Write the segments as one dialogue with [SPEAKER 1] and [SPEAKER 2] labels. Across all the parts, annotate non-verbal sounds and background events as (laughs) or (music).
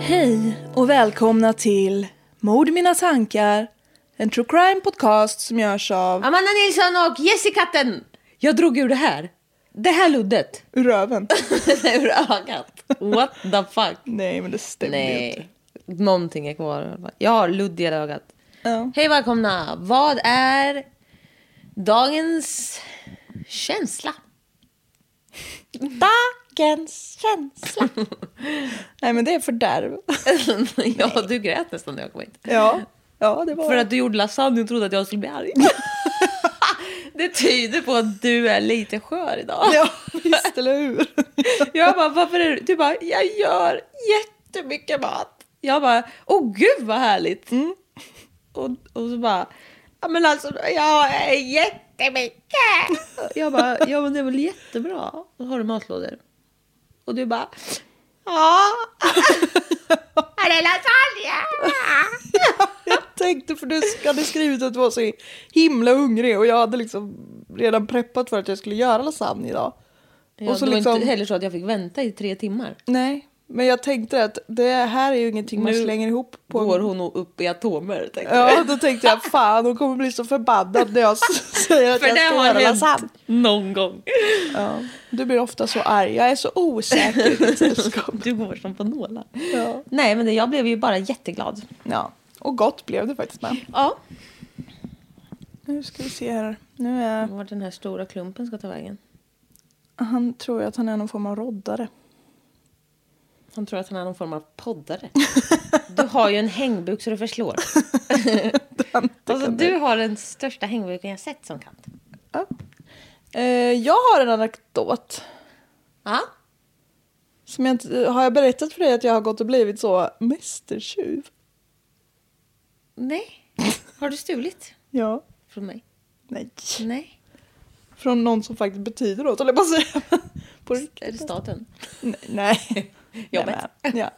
[SPEAKER 1] Hej och välkomna till Mord i mina tankar, en true crime podcast som görs av
[SPEAKER 2] (laughs) Amanda Nilsson och (laughs) Jessikatten! Jag drog ur det här. Det här luddet.
[SPEAKER 1] (laughs) ur röven.
[SPEAKER 2] ur ögat. What the fuck?
[SPEAKER 1] Nej, men det stämmer ju inte.
[SPEAKER 2] Nej. Någonting är kvar. Jag har ludd i hela ögat.
[SPEAKER 1] Ja.
[SPEAKER 2] Hej välkomna! Vad är dagens känsla? Dagens känsla.
[SPEAKER 1] Nej, men det är
[SPEAKER 2] (laughs)
[SPEAKER 1] fördärv.
[SPEAKER 2] (laughs) ja, du grät nästan när jag kom hit.
[SPEAKER 1] Ja, ja det var
[SPEAKER 2] För att du gjorde lasagne och trodde att jag skulle
[SPEAKER 1] (laughs)
[SPEAKER 2] bli arg. det tyder på att du är lite skör idag.
[SPEAKER 1] Ja, visst, eller hur?
[SPEAKER 2] (laughs) Jag bara, varför är du? Du bara, jag gör jättemycket mat. Jag bara, åh gud vad härligt.
[SPEAKER 1] Mm.
[SPEAKER 2] Och, och så bara, ja men alltså jag är
[SPEAKER 1] (laughs)
[SPEAKER 2] jättemycket. Jag bara, ja men det är väl jättebra. Och så har du matlådor. Och du bara,
[SPEAKER 1] (laughs)
[SPEAKER 2] ja. Är det lasagne?
[SPEAKER 1] (laughs) Jag tänkte, för du hade skrivit att du var så himla hungrig och jag hade liksom redan preppat för att jag skulle göra lasagne idag.
[SPEAKER 2] Ja,
[SPEAKER 1] och så
[SPEAKER 2] det var
[SPEAKER 1] liksom,
[SPEAKER 2] inte heller så att jag fick vänta i tre timmar.
[SPEAKER 1] nej, men jag tänkte att det här är ju ingenting man
[SPEAKER 2] Nu
[SPEAKER 1] slänger ihop på en
[SPEAKER 2] Går hon nog upp i atomer? Tänkte jag.
[SPEAKER 1] Ja, då tänkte jag fan hon kommer bli så förbannad när jag s- (laughs) säger att
[SPEAKER 2] (laughs) För
[SPEAKER 1] jag
[SPEAKER 2] det
[SPEAKER 1] ska
[SPEAKER 2] har
[SPEAKER 1] göra
[SPEAKER 2] hänt
[SPEAKER 1] lasagne. (laughs)
[SPEAKER 2] någon gång.
[SPEAKER 1] Ja, du blir ofta så arg. Jag är så osäker i ditt (laughs) sällskap.
[SPEAKER 2] Du går som på nålar.
[SPEAKER 1] Ja.
[SPEAKER 2] Nej, men det, jag blev ju bara jätteglad.
[SPEAKER 1] ja, och gott blev det faktiskt med.
[SPEAKER 2] Ja.
[SPEAKER 1] Nu ska vi se här. Nu är
[SPEAKER 2] Vart den här stora klumpen ska ta vägen.
[SPEAKER 1] han tror ju att han är någon form av roddare.
[SPEAKER 2] Han tror att han är någon form av (laughs) poddare. Du har ju en hängbuk så det förslår. alltså, du har den största hängbuken jag sett som kant.
[SPEAKER 1] Ja. Eh, jag har en anekdot.
[SPEAKER 2] Ja.
[SPEAKER 1] Som jag inte, har jag berättat för dig att jag har gått och blivit så mästertjuv?
[SPEAKER 2] Nej. Har du stulit
[SPEAKER 1] Ja.
[SPEAKER 2] från mig?
[SPEAKER 1] Nej.
[SPEAKER 2] Nej.
[SPEAKER 1] Från någon som faktiskt betyder något, eller bara säga. (laughs) På riktigt.
[SPEAKER 2] Är det staten?
[SPEAKER 1] Nej,
[SPEAKER 2] (laughs)
[SPEAKER 1] Nej.
[SPEAKER 2] Jobbet.
[SPEAKER 1] Nej, men, ja.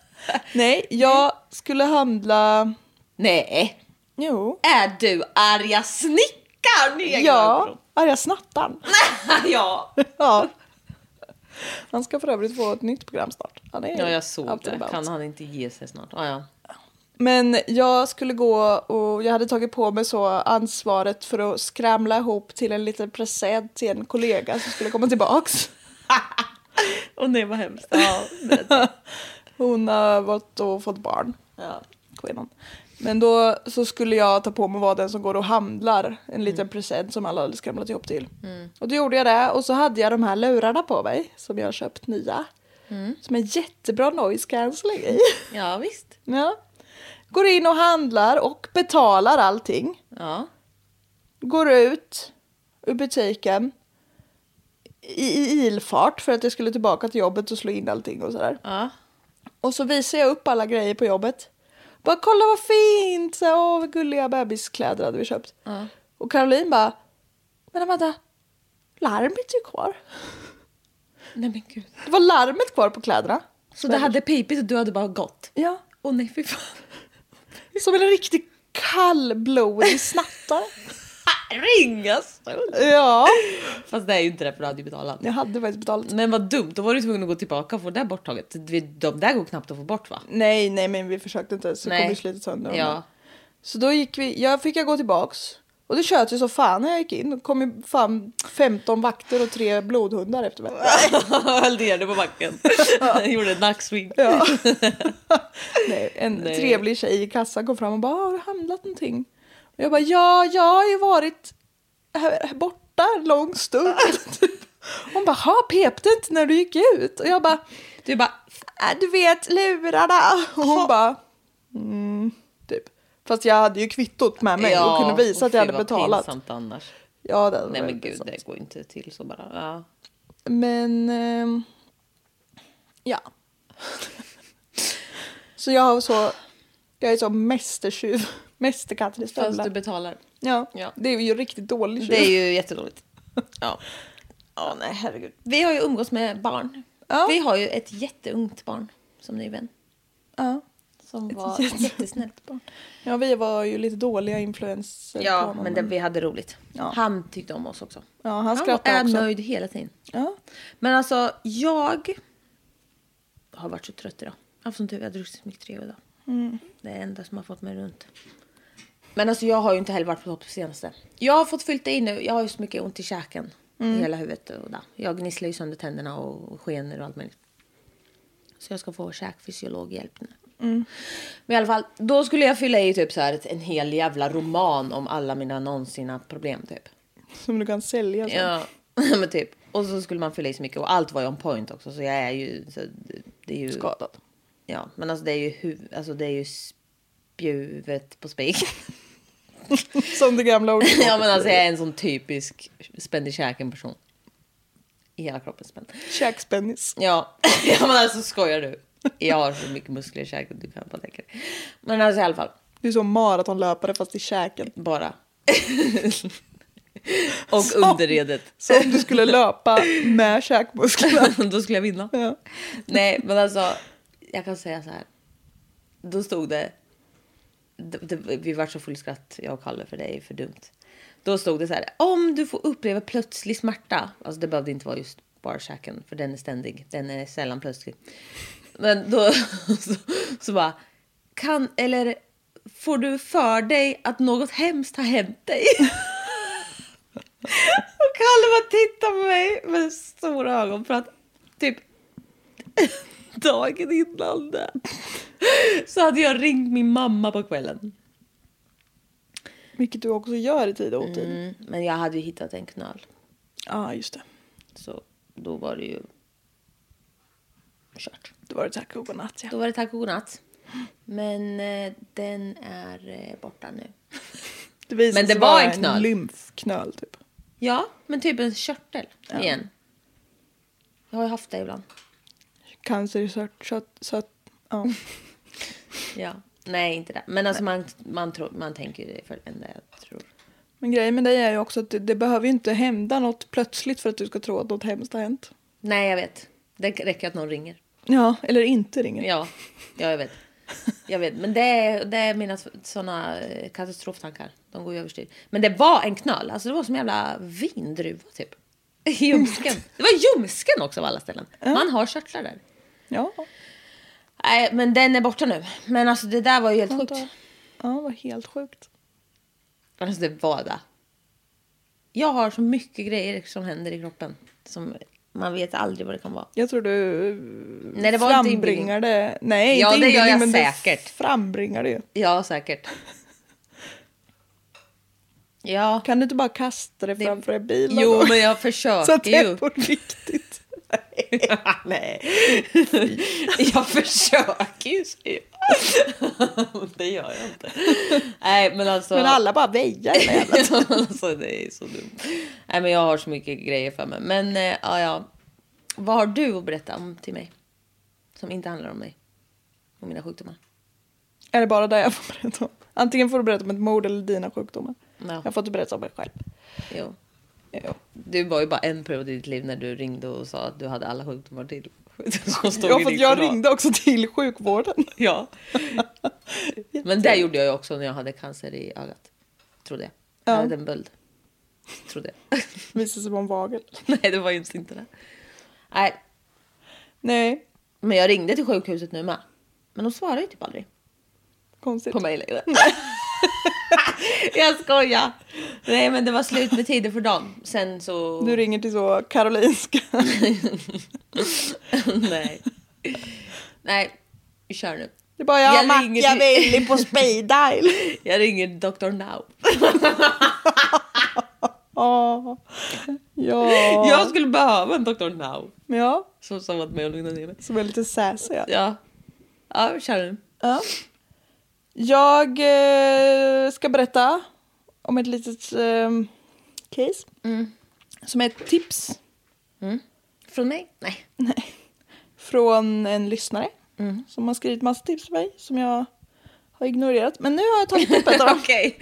[SPEAKER 1] Nej, jag skulle handla...
[SPEAKER 2] Nej.
[SPEAKER 1] Jo.
[SPEAKER 2] Är du arga snickaren? i egen
[SPEAKER 1] Ja,
[SPEAKER 2] ögon?
[SPEAKER 1] arga snattaren.
[SPEAKER 2] ja.
[SPEAKER 1] (laughs) Ja. Han ska för övrigt få ett nytt program snart. Han är
[SPEAKER 2] Ja, jag såg
[SPEAKER 1] alltid
[SPEAKER 2] det.
[SPEAKER 1] about.
[SPEAKER 2] Kan han inte ge sig snart? Ja, ja.
[SPEAKER 1] Men jag skulle gå och jag hade tagit på mig så ansvaret för att skramla ihop till en liten present till en kollega som skulle komma tillbaks.
[SPEAKER 2] Och nej, vad hemskt. Ja,
[SPEAKER 1] Hon har varit och fått barn.
[SPEAKER 2] ja.
[SPEAKER 1] kvinnan. Men då så skulle jag ta på mig att vara den som går och handlar en liten present som alla hade skramlat ihop till. Och då gjorde jag det och så hade jag de här lurarna på mig som jag har köpt nya. Som är jättebra noise cancelling i. (laughs)
[SPEAKER 2] ja visst.
[SPEAKER 1] ja. Går in och handlar och betalar allting.
[SPEAKER 2] Ja.
[SPEAKER 1] Går ut ur butiken i, i ilfart för att jag skulle tillbaka till jobbet och slå in allting och sådär.
[SPEAKER 2] ja.
[SPEAKER 1] Och så visar jag upp alla grejer på jobbet. Bara kolla vad fint! Så, här, Åh vad gulliga bebiskläder hade vi köpt. Och Caroline bara. Men Amanda, larmet är ju kvar.
[SPEAKER 2] Nej men gud.
[SPEAKER 1] Det var larmet kvar på kläderna.
[SPEAKER 2] Så det hade pipit och du hade bara gått?
[SPEAKER 1] Ja.
[SPEAKER 2] Åh nej fy fan.
[SPEAKER 1] Som en riktig kallblodig snattare.
[SPEAKER 2] Ringastol!
[SPEAKER 1] (laughs) ja.
[SPEAKER 2] Fast det är ju inte det för du hade ju betalat.
[SPEAKER 1] Jag hade faktiskt betalat.
[SPEAKER 2] Men vad dumt, då var du tvungen att gå tillbaka och få det där borttaget. De, de där går knappt att få
[SPEAKER 1] (laughs)
[SPEAKER 2] bort va?
[SPEAKER 1] Nej, nej, men vi försökte inte så det kom ju slitet sönder. dem.
[SPEAKER 2] Ja.
[SPEAKER 1] Så då gick vi, jag fick jag gå tillbaks. Och det tjöt ju så fan när jag gick in. Det kom ju fan 15 vakter och tre blodhundar efter mig.
[SPEAKER 2] Höll ner dig på backen. (laughs) Gjorde en nacksving.
[SPEAKER 1] Ja. (laughs) Nej, en
[SPEAKER 2] Nej.
[SPEAKER 1] trevlig tjej i kassan kom fram och bara "Ah, har du handlat någonting? Och jag bara ja, jag har ju varit här, här borta en lång
[SPEAKER 2] (laughs)
[SPEAKER 1] stund. Hon bara ha pep det inte när du gick ut? Och jag bara
[SPEAKER 2] Du bara,
[SPEAKER 1] "Äh, du vet lurarna. Och hon bara mm, typ. Fast jag hade ju kvittot med mig och kunde visa
[SPEAKER 2] och
[SPEAKER 1] att jag
[SPEAKER 2] fy,
[SPEAKER 1] hade
[SPEAKER 2] vad
[SPEAKER 1] betalat.
[SPEAKER 2] Pinsamt annars.
[SPEAKER 1] Ja, det hade
[SPEAKER 2] Nej
[SPEAKER 1] varit
[SPEAKER 2] men gud,
[SPEAKER 1] pinsamt.
[SPEAKER 2] det går inte till så bara. Ja.
[SPEAKER 1] Men ehm, ja. så jag har så. Jag är så mästertjuv. Mästerkatten i
[SPEAKER 2] Fast
[SPEAKER 1] stövlar.
[SPEAKER 2] du betalar.
[SPEAKER 1] ja.
[SPEAKER 2] Ja.
[SPEAKER 1] det är ju riktigt dålig tjuv.
[SPEAKER 2] Det är ju jättedåligt. Ja. Ja, nej herregud. Vi har ju umgås med barn.
[SPEAKER 1] Ja.
[SPEAKER 2] Vi har ju ett jätteungt barn som ny vän.
[SPEAKER 1] ja.
[SPEAKER 2] Som
[SPEAKER 1] Ett
[SPEAKER 2] var
[SPEAKER 1] jätte-
[SPEAKER 2] ett jättesnällt barn.
[SPEAKER 1] ja, vi var ju lite dåliga influenser. på
[SPEAKER 2] Ja,
[SPEAKER 1] honom,
[SPEAKER 2] men det, vi hade roligt.
[SPEAKER 1] Ja.
[SPEAKER 2] Han tyckte om oss också.
[SPEAKER 1] Ja, han skrattade
[SPEAKER 2] är
[SPEAKER 1] också.
[SPEAKER 2] nöjd hela tiden.
[SPEAKER 1] Ja.
[SPEAKER 2] Men alltså, jag har varit så trött idag. Jag har haft sån tur, jag har druckit så mycket trevligt idag. Det är det enda som har fått mig runt. Men alltså jag har ju inte heller varit på topp på senaste. Jag har fått fyllt i nu. Jag har ju så mycket ont i käken. I hela huvudet och där. Jag gnisslar ju sönder tänderna och skenor och allt möjligt. Så jag ska få käkfysiologhjälp nu. Men i alla fall, då skulle jag fylla i typ så här ett- en hel jävla roman om alla mina någonsina problem typ.
[SPEAKER 1] Som du kan sälja. sen.
[SPEAKER 2] Ja, (laughs) men typ. Och så skulle man fylla i så mycket och allt var ju on point också så jag är ju... Så det- det är ju
[SPEAKER 1] Skadad.
[SPEAKER 2] Ja, men alltså det är ju, huv, alltså det är ju spjuvet på (laughs) spiken.
[SPEAKER 1] Som det gamla ordet.
[SPEAKER 2] (laughs) ja, men alltså jag är en sån typisk spänd i käken person. I hela kroppen spänd.
[SPEAKER 1] Käkspennis.
[SPEAKER 2] Ja, (laughs) ja men alltså skojar du? Jag har så mycket muskler i käken, du kan bara tänka dig. Men alltså i alla fall,
[SPEAKER 1] Det är som maratonlöpare fast i käken.
[SPEAKER 2] bara. (laughs) och
[SPEAKER 1] Som-
[SPEAKER 2] underredet.
[SPEAKER 1] Som om du skulle löpa med
[SPEAKER 2] (laughs)
[SPEAKER 1] käkmusklerna.
[SPEAKER 2] Då skulle jag vinna.
[SPEAKER 1] Ja.
[SPEAKER 2] Nej, men alltså. Jag kan säga så här. Då stod det. det, det vi var så full skratt, jag och Kalle, för det är ju för dumt. Då stod det så här. Om du får uppleva plötslig smärta. Alltså det behövde inte vara just bara käken, för den är ständig. Den är sällan plötslig. Men då (laughs) så, så bara. Kan, eller får du för dig att något hemskt har hänt dig? (laughs) Och Kalle bara tittar på mig med stora ögon för att typ dagen innan det så hade jag ringt min mamma på kvällen.
[SPEAKER 1] Vilket du också gör i tid och otid.
[SPEAKER 2] Mm. Men jag hade ju hittat en knöl
[SPEAKER 1] Ja, ah, just det.
[SPEAKER 2] så då var det ju kört.
[SPEAKER 1] Då var det tack och godnatt ja.
[SPEAKER 2] Då var det tack och godnatt. Men eh, den är eh, borta nu.
[SPEAKER 1] Det visade
[SPEAKER 2] Men det
[SPEAKER 1] sig
[SPEAKER 2] var
[SPEAKER 1] vara
[SPEAKER 2] en knöl.
[SPEAKER 1] lymfknöl typ.
[SPEAKER 2] Ja, men typ en körtel igen. Jag har ju haft det ibland.
[SPEAKER 1] Cancer i sört, sött, sött. Ja.
[SPEAKER 2] Ja. Nej, inte det. Men alltså man, man, tror, man tänker det för än det jag tror.
[SPEAKER 1] Men grejen med dig är ju också att det, det behöver ju inte hända något plötsligt för att du ska tro att något hemskt har hänt.
[SPEAKER 2] Nej, jag vet. Det räcker att någon ringer.
[SPEAKER 1] Ja, eller inte ringer.
[SPEAKER 2] Ja, ja jag vet. Jag vet. Men det är, det är mina såna eh, katastroftankar. De går ju överstyr. Men det var en knöl. Alltså det var som en jävla vindruva typ. I ljumsken. Det var ljumsken också av alla ställen. Man har körtlar där.
[SPEAKER 1] Ja,
[SPEAKER 2] Nej, men den är borta nu. Men alltså det där var ju helt sjukt.
[SPEAKER 1] ja det var helt sjukt.
[SPEAKER 2] Alltså det var det. Jag har så mycket grejer som händer i kroppen. Som man vet aldrig vad det kan vara.
[SPEAKER 1] Jag tror du eh,
[SPEAKER 2] Nej, det var inte inbillning.
[SPEAKER 1] frambringar det. Nej,
[SPEAKER 2] Ja,
[SPEAKER 1] inte
[SPEAKER 2] det gör
[SPEAKER 1] inbillning,
[SPEAKER 2] jag
[SPEAKER 1] men
[SPEAKER 2] säkert.
[SPEAKER 1] Du frambringar det ju.
[SPEAKER 2] Ja, säkert. Ja.
[SPEAKER 1] Kan du inte bara kasta det framför en bil? någon
[SPEAKER 2] Jo,
[SPEAKER 1] gång?
[SPEAKER 2] men jag
[SPEAKER 1] (laughs)
[SPEAKER 2] försöker
[SPEAKER 1] Så att det
[SPEAKER 2] ju.
[SPEAKER 1] är på riktigt. (laughs)
[SPEAKER 2] Nej. jag försöker ju säga. (laughs) det gör jag inte. Nej, men alltså.
[SPEAKER 1] Men alla bara väjar. i det jävla-
[SPEAKER 2] (laughs) alltså, det är så dumt. Nej, men jag har så mycket grejer för mig. Men eh, ja, ja. Vad har du att berätta om till mig? Som inte handlar om mig. Och mina sjukdomar.
[SPEAKER 1] Är det bara det jag får berätta om? Antingen får du berätta om ett mord eller dina sjukdomar.
[SPEAKER 2] Ja.
[SPEAKER 1] Jag får inte berätta om mig själv.
[SPEAKER 2] Jo. Ja. Du var ju bara en period i ditt liv när du ringde och sa att du hade alla sjukdomar till. (laughs) som stod
[SPEAKER 1] Ja,
[SPEAKER 2] i
[SPEAKER 1] för att
[SPEAKER 2] din
[SPEAKER 1] jag
[SPEAKER 2] journal.
[SPEAKER 1] ringde också till sjukvården. (laughs)
[SPEAKER 2] Ja. Men det gjorde jag ju också när jag hade cancer i ögat. Trodde jag. Jag
[SPEAKER 1] Ja.
[SPEAKER 2] hade en böld. Trodde jag. (laughs)
[SPEAKER 1] Visade sig vara en vagel.
[SPEAKER 2] Nej, det var ju inte det. Nej,
[SPEAKER 1] Nej,
[SPEAKER 2] men jag ringde till sjukhuset nu med. Men de svarar ju typ aldrig
[SPEAKER 1] konstigt.
[SPEAKER 2] på mig längre. (laughs) jag skojar. Nej, men det var slut med tider för dem. Sen så...
[SPEAKER 1] Du ringer till så
[SPEAKER 2] (laughs)
[SPEAKER 1] Karolinska.
[SPEAKER 2] Nej. Nej, vi kör nu.
[SPEAKER 1] Det är bara jag,
[SPEAKER 2] Jag
[SPEAKER 1] jag
[SPEAKER 2] ringer till-
[SPEAKER 1] Machiavelli på speed dial.
[SPEAKER 2] (laughs) Jag ringer Dr. Now.
[SPEAKER 1] Ja. Ja.
[SPEAKER 2] Jag skulle behöva en Dr. Now.
[SPEAKER 1] Men ja,
[SPEAKER 2] Som som varit med och lugnat ner mig.
[SPEAKER 1] som är lite sassy. Ja.
[SPEAKER 2] Ja. Ja, vi kör nu.
[SPEAKER 1] Ja. Jag eh, ska berätta om ett litet ehm, case.
[SPEAKER 2] Mm.
[SPEAKER 1] Som är ett tips (laughs)
[SPEAKER 2] Från mig? (laughs) Nej.
[SPEAKER 1] från en lyssnare.
[SPEAKER 2] Mm.
[SPEAKER 1] Som har skrivit massa tips till mig som jag har ignorerat. Men nu har jag tagit upp ett
[SPEAKER 2] (laughs)
[SPEAKER 1] av dem.
[SPEAKER 2] Okej.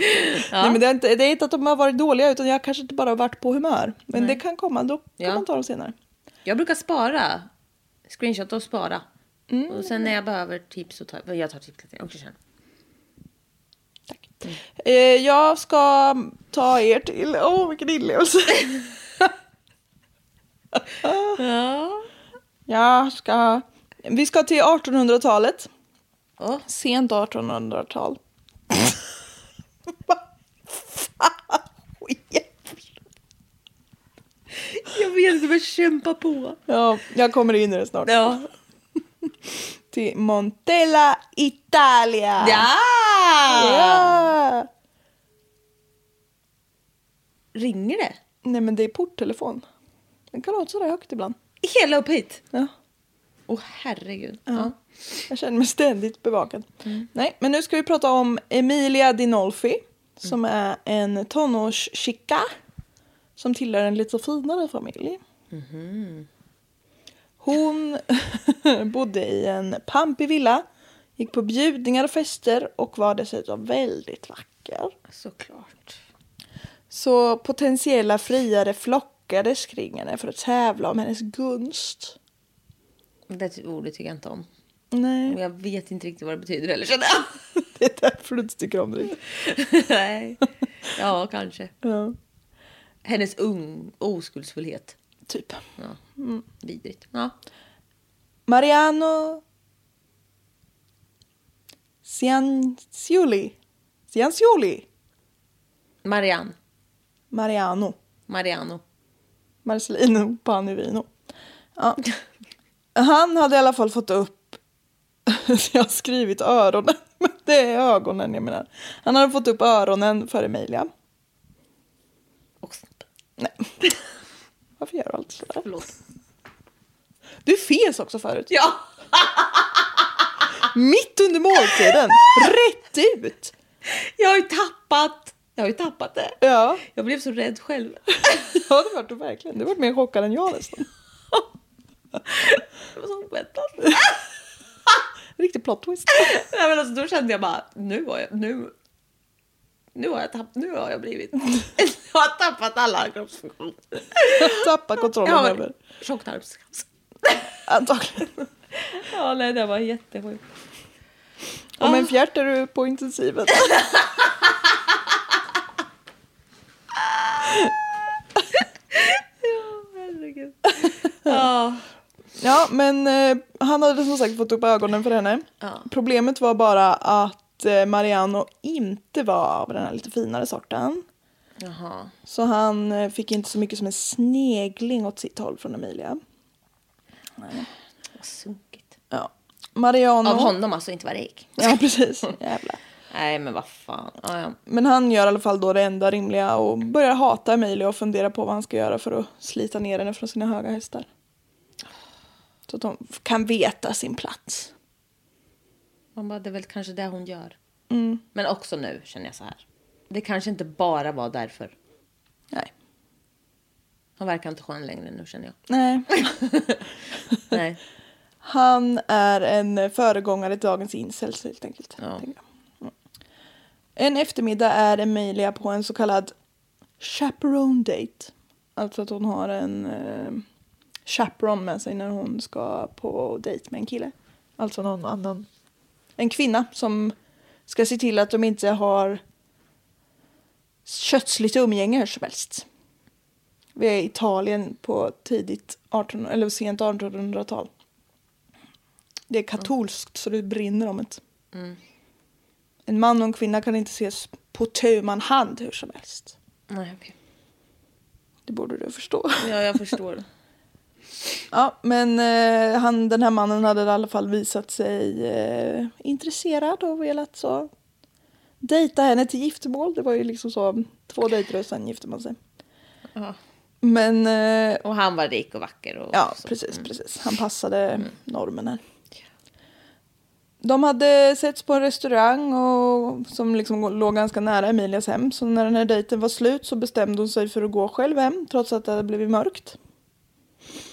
[SPEAKER 2] Ja.
[SPEAKER 1] Nej, men det, är inte, det är inte att de har varit dåliga utan jag har kanske inte bara har varit på humör. Men det kan komma, då kan
[SPEAKER 2] Ja.
[SPEAKER 1] man ta dem senare.
[SPEAKER 2] Jag brukar spara. Screenshot och spara. Och sen när jag behöver tips så tar jag... Jag tar tips lite. Okej, kör.
[SPEAKER 1] Eh, jag ska ta er till... Åh, vilken inlevelse!
[SPEAKER 2] (laughs) Ja.
[SPEAKER 1] jag ska... Vi ska till 1800-talet.
[SPEAKER 2] Åh.
[SPEAKER 1] Sent
[SPEAKER 2] (laughs)
[SPEAKER 1] 1800-tal. Vad fan sker?
[SPEAKER 2] Jag vet inte, men kämpa på.
[SPEAKER 1] Ja, jag kommer in i det snart.
[SPEAKER 2] Ja.
[SPEAKER 1] Till Montella, Italia!
[SPEAKER 2] Ja!
[SPEAKER 1] Ja!
[SPEAKER 2] Ringer det?
[SPEAKER 1] Nej, men det är porttelefon. Den kan låta sådär högt ibland.
[SPEAKER 2] Hela upp hit?
[SPEAKER 1] Ja.
[SPEAKER 2] Åh herregud.
[SPEAKER 1] Ja. Mm. Jag känner mig ständigt bevakad. Nej, men nu ska vi prata om Emilia Dinolfi som är en tonårschicka som tillhör en lite finare familj. Mm-hmm. Hon (laughs) bodde i en pampig villa, gick på bjudningar och fester och var dessutom väldigt vacker.
[SPEAKER 2] Såklart.
[SPEAKER 1] Så potentiella friare flockades kring henne för att tävla om hennes gunst.
[SPEAKER 2] Det ty- ordet tycker jag inte om.
[SPEAKER 1] Nej,
[SPEAKER 2] Och jag vet inte riktigt vad det betyder heller känner jag.
[SPEAKER 1] (laughs) det är därför du inte tycker om det.
[SPEAKER 2] (laughs) Nej. Ja, kanske.
[SPEAKER 1] Ja,
[SPEAKER 2] Hennes ung oskuldsfullhet.
[SPEAKER 1] typ.
[SPEAKER 2] Ja. Vidrigt. Ja.
[SPEAKER 1] Mariano Ciancioli. Ciancioli.
[SPEAKER 2] Marianne.
[SPEAKER 1] Mariano.
[SPEAKER 2] Mariano.
[SPEAKER 1] Marcelino Panivino. Ja. Han hade i alla fall fått upp... (laughs) Jag har skrivit öronen, men det är ögonen jag menar. Han hade fått upp öronen för Emilia.
[SPEAKER 2] Och snoppen.
[SPEAKER 1] (laughs) Varför gör du allt sådär?
[SPEAKER 2] Förlåt.
[SPEAKER 1] Du fes också förut.
[SPEAKER 2] Ja!
[SPEAKER 1] Mitt under måltiden. Rätt ut.
[SPEAKER 2] Jag har ju tappat. Jag har ju tappat det.
[SPEAKER 1] Ja,
[SPEAKER 2] Jag blev så rädd (laughs) själv.
[SPEAKER 1] ja det var du verkligen. Du var mer chockad än jag
[SPEAKER 2] (laughs)
[SPEAKER 1] nästan.
[SPEAKER 2] Det var så oväntat.
[SPEAKER 1] Riktig plot twist.
[SPEAKER 2] Nej men alltså då kände jag bara, nu har jag, nu. Nu har jag tappat, nu har jag blivit. (laughs) Jag har tappat alla kroppsfunktioner.
[SPEAKER 1] Tappa kontrollen
[SPEAKER 2] Jag har
[SPEAKER 1] över.
[SPEAKER 2] tjocktarmscancer.
[SPEAKER 1] Antagligen.
[SPEAKER 2] Ja nej det var jättesjukt.
[SPEAKER 1] Om en fjärt är du på
[SPEAKER 2] (laughs)
[SPEAKER 1] intensiven.
[SPEAKER 2] Herregud. Ja.
[SPEAKER 1] Ja, men eh, han hade som sagt fått upp ögonen för henne. Problemet var bara att eh, Mariano inte var av den här lite finare sorten.
[SPEAKER 2] Jaha.
[SPEAKER 1] Så han eh, fick inte så mycket som en snegling åt sitt håll från Emilia.
[SPEAKER 2] Vad sunkigt.
[SPEAKER 1] Ja. Mariano...
[SPEAKER 2] Av honom alltså, inte vad det gick.
[SPEAKER 1] Ja, precis. Jävlar.
[SPEAKER 2] Nej men vad fan. Ja, ja.
[SPEAKER 1] Men han gör i alla fall då det enda rimliga och börjar hata Emilia och fundera på vad han ska göra för att slita ner henne från sina höga hästar. Så att de kan veta sin plats.
[SPEAKER 2] Man bara, det är väl kanske det hon gör.
[SPEAKER 1] Mm.
[SPEAKER 2] Men också nu känner jag så här. Det kanske inte bara var därför.
[SPEAKER 1] Nej.
[SPEAKER 2] Han verkar inte skön längre nu känner
[SPEAKER 1] (laughs)
[SPEAKER 2] jag.
[SPEAKER 1] Nej.
[SPEAKER 2] Nej.
[SPEAKER 1] Han är en föregångare till dagens incels helt enkelt.
[SPEAKER 2] Ja.
[SPEAKER 1] tänker jag. Mm. En eftermiddag är Emilia på en så kallad chaperone date Alltså att hon har en eh, chaperon med sig när hon ska på dejt med en kille. Alltså någon annan. En kvinna som ska se till att de inte har kötsligt umgänge hur som helst. Vi är i Italien på tidigt 18, eller sent 1800-tal. Det är katolskt så det brinner om det. En man och en kvinna kan inte ses på tu man hand hur som helst.
[SPEAKER 2] Nej, okej.
[SPEAKER 1] Det borde du förstå. (laughs)
[SPEAKER 2] Ja, jag förstår.
[SPEAKER 1] Ja, men eh, han, den här mannen hade i alla fall visat sig eh, intresserad och velat så dejta henne till giftermål. Det var ju liksom så två dejter och sen gifte man sig.
[SPEAKER 2] (laughs) Ja.
[SPEAKER 1] Men eh,
[SPEAKER 2] Och han var rik och vacker. Och
[SPEAKER 1] ja,
[SPEAKER 2] så. mm.
[SPEAKER 1] precis, precis. Han passade normen här. De hade setts på en restaurang och, som liksom låg ganska nära Emilias hem. Så när den här dejten var slut så bestämde hon sig för att gå själv hem trots att det hade blivit mörkt.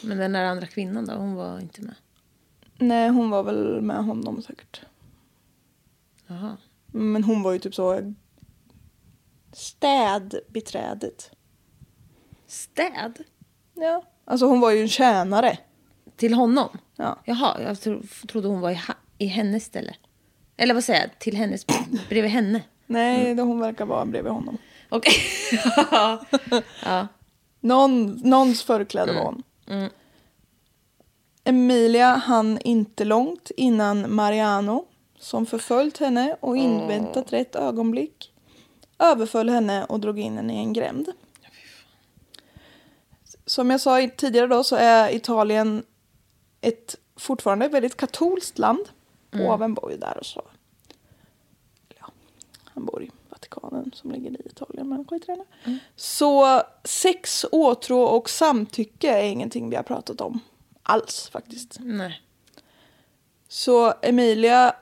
[SPEAKER 2] Men den där andra kvinnan då, hon var inte med.
[SPEAKER 1] Nej, hon var väl med honom säkert.
[SPEAKER 2] Jaha.
[SPEAKER 1] Men hon var ju typ så städbiträdet.
[SPEAKER 2] Städ?
[SPEAKER 1] Ja. Alltså hon var ju en tjänare.
[SPEAKER 2] Till honom?
[SPEAKER 1] Ja.
[SPEAKER 2] Jaha, jag tro, trodde hon var i, ha, i hennes ställe. Eller vad säger jag? Till hennes, (coughs) bredvid henne.
[SPEAKER 1] Nej,
[SPEAKER 2] Mm.
[SPEAKER 1] då hon verkar vara bredvid honom.
[SPEAKER 2] Okej. (laughs) ja.
[SPEAKER 1] Någon, någons förkläde var hon. Emilia hann inte långt innan Mariano, som förföljt henne och inväntat rätt ögonblick, överföll henne och drog in henne i en gränd. Som jag sa i- tidigare då så är Italien ett fortfarande väldigt katolskt land. Påven bor ju där och så. Eller Ja, han bor i Vatikanen som ligger i Italien, men skit i det nu. Så sex, åtrå och samtycke är ingenting vi har pratat om alls faktiskt.
[SPEAKER 2] Nej.
[SPEAKER 1] Så Emilia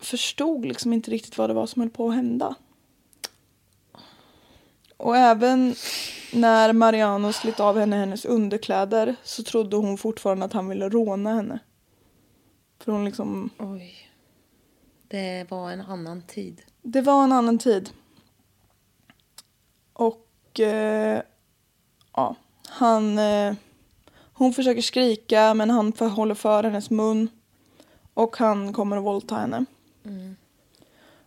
[SPEAKER 1] förstod liksom inte riktigt vad det var som höll på att hända. Och även när Mariano slit av henne hennes underkläder så trodde hon fortfarande att han ville råna henne. För hon liksom,
[SPEAKER 2] Oj. Det var en annan tid.
[SPEAKER 1] det var en annan tid. Och eh, ja, han, eh, hon försöker skrika men han för, håller för hennes mun. Och han kommer att våldta henne.
[SPEAKER 2] Mm.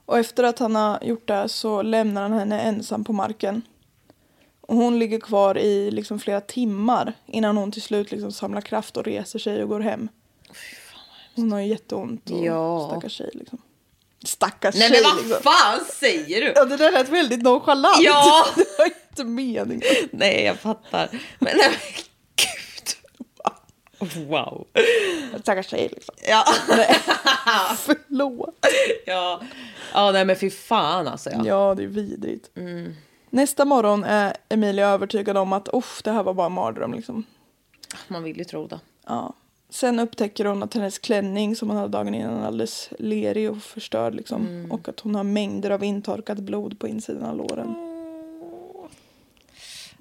[SPEAKER 1] Och efter att han har gjort det här så lämnar han henne ensam på marken. Och hon ligger kvar i liksom flera timmar innan hon till slut liksom samlar kraft och reser sig och går hem. Hon har ju jätteont och
[SPEAKER 2] Ja.
[SPEAKER 1] stackars tjej liksom. Stackars
[SPEAKER 2] Nej
[SPEAKER 1] tjej
[SPEAKER 2] men
[SPEAKER 1] liksom.
[SPEAKER 2] vad fan säger du?
[SPEAKER 1] Ja, det där lät väldigt nonchalant.
[SPEAKER 2] Ja.
[SPEAKER 1] (laughs) Det var inte meningen.
[SPEAKER 2] (laughs) Nej jag fattar. Men nej, men gud. Wow.
[SPEAKER 1] Stackars tjej liksom.
[SPEAKER 2] (laughs) Ja.
[SPEAKER 1] Förlåt.
[SPEAKER 2] ja. Ja nej men fy fan alltså. Ja. Mm.
[SPEAKER 1] Ja, det är vidrigt. Nästa morgon är Emilia övertygad om att Uff, det här var bara en mardröm liksom.
[SPEAKER 2] Man vill ju tro det.
[SPEAKER 1] Ja. Sen upptäcker hon att hennes klänning som hon hade dagen innan är alldeles lerig och förstörd liksom.
[SPEAKER 2] Mm.
[SPEAKER 1] Och att hon har mängder av intorkat blod på insidan av låren.
[SPEAKER 2] Mm.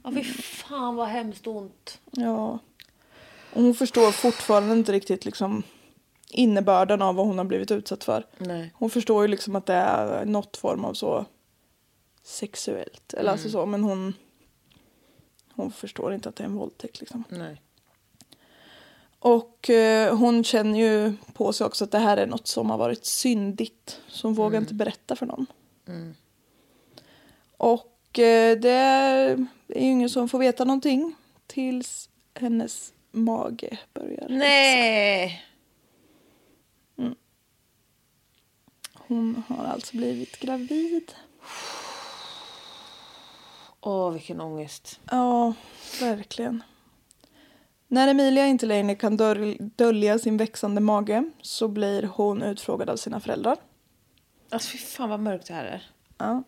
[SPEAKER 2] Ja fy fan vad hemskt ont.
[SPEAKER 1] Ja. Och hon förstår fortfarande inte riktigt liksom innebörden av vad hon har blivit utsatt för.
[SPEAKER 2] Nej.
[SPEAKER 1] Hon förstår ju liksom att det är något form av så sexuellt. Eller alltså så, men hon, hon förstår inte att det är en våldtäkt liksom.
[SPEAKER 2] Nej.
[SPEAKER 1] Och eh, hon känner ju på sig också att det här är något som har varit syndigt. Så hon vågar inte berätta för någon. Och eh, det är ju ingen som får veta någonting tills hennes mage börjar.
[SPEAKER 2] Nej.
[SPEAKER 1] Hon har alltså blivit gravid.
[SPEAKER 2] Åh vilken ångest.
[SPEAKER 1] Ja, verkligen. När Emilia inte längre kan döl- dölja sin växande mage så blir hon utfrågad av sina föräldrar.
[SPEAKER 2] Alltså fy fan vad mörkt det här är.
[SPEAKER 1] Ja,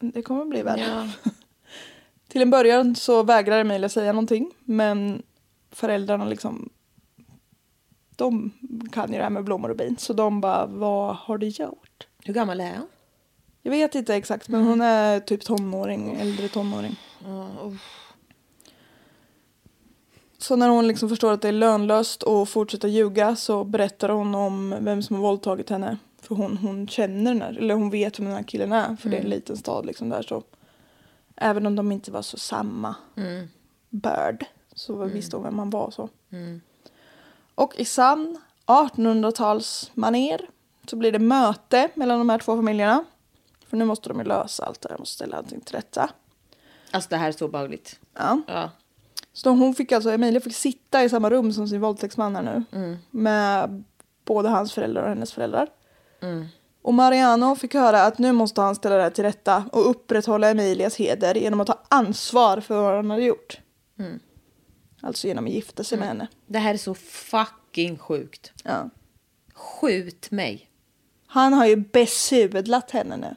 [SPEAKER 1] det kommer bli värre.
[SPEAKER 2] Ja.
[SPEAKER 1] Till en början så vägrar Emilia säga någonting men föräldrarna liksom de kan ju det här med blommor och bin så de bara vad har du gjort?
[SPEAKER 2] Hur gammal är hon?
[SPEAKER 1] Jag vet inte exakt men hon är typ tonåring, äldre tonåring. Så när hon liksom förstår att det är lönlöst och fortsätter ljuga så berättar hon om vem som har våldtagit henne. För hon, hon känner den här, eller hon vet vem den här killen är för det är en liten stad liksom där så Även om de inte var så samma börd så var- visste hon vem man var. så. Och i sann 1800-talsmaner så blir det möte mellan de här två familjerna. För nu måste de ju lösa allt det här, måste ställa allting till rätta.
[SPEAKER 2] Alltså det här är så obehagligt.
[SPEAKER 1] Ja.
[SPEAKER 2] Ja.
[SPEAKER 1] Så hon fick alltså, Emilia fick sitta i samma rum som sin våldtäktsman här nu.
[SPEAKER 2] Mm.
[SPEAKER 1] Med både hans föräldrar och hennes föräldrar.
[SPEAKER 2] Mm.
[SPEAKER 1] Och Mariano fick höra att nu måste han ställa det här till rätta och upprätthålla Emilias heder genom att ta ansvar för vad han hade gjort.
[SPEAKER 2] Mm.
[SPEAKER 1] Alltså genom att gifta sig med henne.
[SPEAKER 2] Det här är så fucking sjukt.
[SPEAKER 1] Ja.
[SPEAKER 2] Skjut mig.
[SPEAKER 1] Han har ju besudlat henne nu.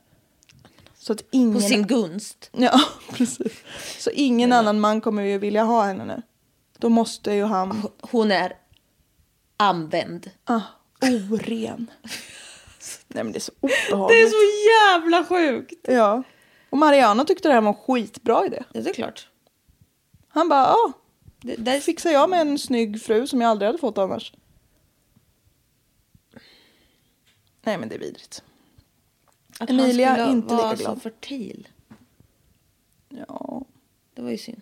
[SPEAKER 1] Så att ingen...
[SPEAKER 2] På sin gunst.
[SPEAKER 1] Ja, (laughs) precis. Så ingen annan man kommer ju vilja ha henne nu. Då måste ju han...
[SPEAKER 2] Hon är använd.
[SPEAKER 1] Ah, oren. (laughs) Nej men det är så obehagligt.
[SPEAKER 2] Det är så jävla sjukt.
[SPEAKER 1] Ja. Och Mariano tyckte det här var en skitbra idé.
[SPEAKER 2] Ja, det är klart.
[SPEAKER 1] Han bara, ja,
[SPEAKER 2] Det, det
[SPEAKER 1] där
[SPEAKER 2] är...
[SPEAKER 1] fixar jag med en snygg fru som jag aldrig hade fått annars. Nej men det är vidrigt.
[SPEAKER 2] Att
[SPEAKER 1] Emilia
[SPEAKER 2] han skulle
[SPEAKER 1] är inte lika
[SPEAKER 2] vara
[SPEAKER 1] glad.
[SPEAKER 2] så fertil.
[SPEAKER 1] Ja,
[SPEAKER 2] Det var ju synd.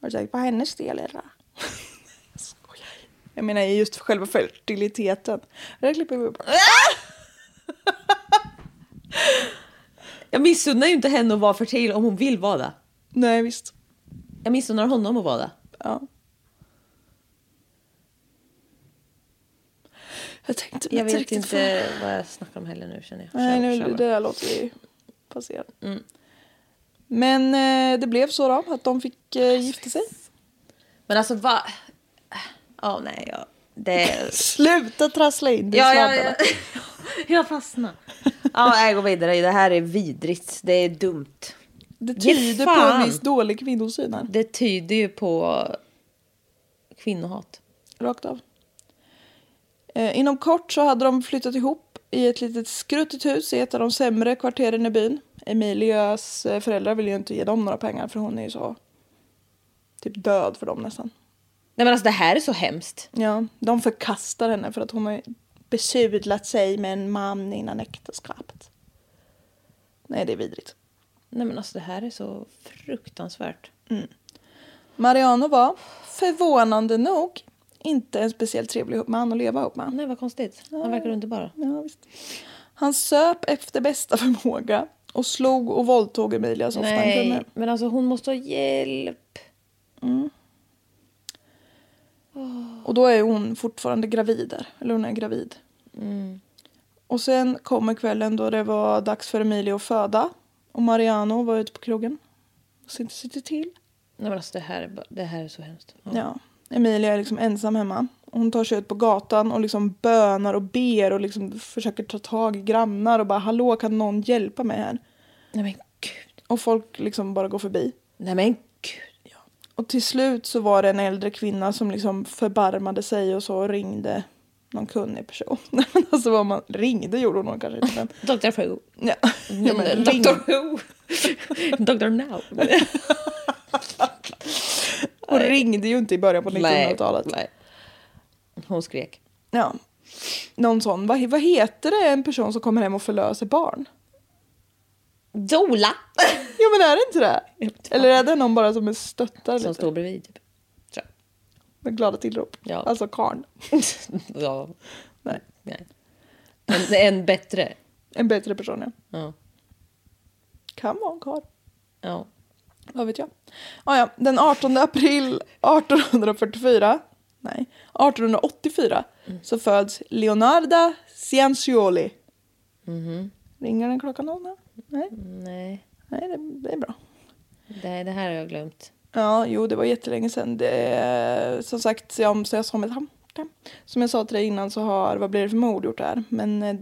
[SPEAKER 1] var du säker på hennes del
[SPEAKER 2] (laughs)
[SPEAKER 1] eller? Skojar. Jag menar just själva fertiliteten. Det där klipper vi bort.
[SPEAKER 2] Ah! Jag missunnar ju inte henne att vara fertil om hon vill vara det.
[SPEAKER 1] Nej visst.
[SPEAKER 2] Jag missunnar honom att vara det.
[SPEAKER 1] Ja. Jag tänkte
[SPEAKER 2] Jag vet
[SPEAKER 1] riktigt vad-
[SPEAKER 2] inte vad jag snackar om heller nu känner jag.
[SPEAKER 1] Nej, nu,
[SPEAKER 2] Kör
[SPEAKER 1] det
[SPEAKER 2] bara.
[SPEAKER 1] där låter vi passera.
[SPEAKER 2] Mm.
[SPEAKER 1] Men eh, det blev så då, att de fick eh, gifta sig.
[SPEAKER 2] Men alltså vad... Ja, nej. Jag...
[SPEAKER 1] (laughs)
[SPEAKER 2] Det...
[SPEAKER 1] Sluta trassla in dig i
[SPEAKER 2] Ja, ja, ja.
[SPEAKER 1] sladdarna.
[SPEAKER 2] (laughs) Jag fastnar. Ja, jag går vidare. Det här är vidrigt. Det är dumt.
[SPEAKER 1] Det
[SPEAKER 2] Ge
[SPEAKER 1] tyder på
[SPEAKER 2] fan.
[SPEAKER 1] en viss dålig kvinnosyn här.
[SPEAKER 2] Det tyder ju på kvinnohat.
[SPEAKER 1] Rakt av. Eh, inom kort så hade de flyttat ihop i ett litet skruttigt hus i ett av de sämre kvarteren i byn. Emilias eh, föräldrar ville ju inte ge dem några pengar för hon är ju så typ död för dem nästan.
[SPEAKER 2] Nej, men alltså det här är så hemskt.
[SPEAKER 1] Ja, de förkastar henne för att hon har besudlat sig med en man innan äktenskapet. Nej, det är vidrigt.
[SPEAKER 2] Nej, men alltså det här är så fruktansvärt.
[SPEAKER 1] Mariano var, förvånande nog, inte en speciellt trevlig man att leva ihop med.
[SPEAKER 2] Nej, vad konstigt. Han verkar underbar.
[SPEAKER 1] Ja, visst. Han söp efter bästa förmåga och slog och våldtog Emilia så ofta han kunde.
[SPEAKER 2] Nej, men alltså hon måste ha hjälp.
[SPEAKER 1] Och då är hon fortfarande gravid där. Eller hon är gravid.
[SPEAKER 2] Mm.
[SPEAKER 1] Och sen kommer kvällen då det var dags för Emilio att föda. Och Mariano var ute på krogen. Och så inte sitter till.
[SPEAKER 2] Nej, men alltså det här är, bara- det här är så hemskt. Ja.
[SPEAKER 1] Ja. Emilia är liksom ensam hemma. Hon tar sig ut på gatan och liksom bönar och ber och liksom försöker ta tag i grannar och bara hallå kan någon hjälpa mig här?
[SPEAKER 2] Nej, men gud.
[SPEAKER 1] Och folk liksom bara går förbi.
[SPEAKER 2] Nej, men gud.
[SPEAKER 1] Och till slut så var det en äldre kvinna som liksom förbarmade sig och så ringde någon kunnig person. (laughs) Nej, men alltså vad man ringde gjorde hon kanske inte
[SPEAKER 2] (laughs)
[SPEAKER 1] men.
[SPEAKER 2] Dr. Who.
[SPEAKER 1] (laughs) Ja. Ja, men,
[SPEAKER 2] (laughs) Mm,
[SPEAKER 1] ring,
[SPEAKER 2] Dr. Who. (laughs) Dr. Now.
[SPEAKER 1] hon ringde ju inte i början på 1900-talet.
[SPEAKER 2] nej. Hon skrek.
[SPEAKER 1] Ja. Någon sån, vad, vad heter det en person som kommer hem och förlöser barn?
[SPEAKER 2] Dola!
[SPEAKER 1] Jo men är det inte det?
[SPEAKER 2] vet inte.
[SPEAKER 1] Eller är det någon bara som är stöttar
[SPEAKER 2] Som
[SPEAKER 1] lite?
[SPEAKER 2] står bredvid typ. Tror
[SPEAKER 1] Med glada tillrop.
[SPEAKER 2] Ja.
[SPEAKER 1] Alltså karn. (laughs)
[SPEAKER 2] jag. (laughs) ja.
[SPEAKER 1] Nej,
[SPEAKER 2] Nej. En, en bättre.
[SPEAKER 1] en bättre person ja.
[SPEAKER 2] Ja.
[SPEAKER 1] Kan vara en karl.
[SPEAKER 2] ja.
[SPEAKER 1] Vad vet jag? Ah, ja, den 18 april 1844, nej, 1884 så föds Leonarda Ciancioli. Ringer den klockan någon? här? Nej,
[SPEAKER 2] Mm. Nej.
[SPEAKER 1] nej det, det är bra.
[SPEAKER 2] Det, det här har jag glömt.
[SPEAKER 1] Ja, jo, det var jättelänge sedan. Det, är, som sagt, jag omsäger som ett hamta. Som jag sa till dig innan så har Vad blir det för mord gjort det här? Men eh,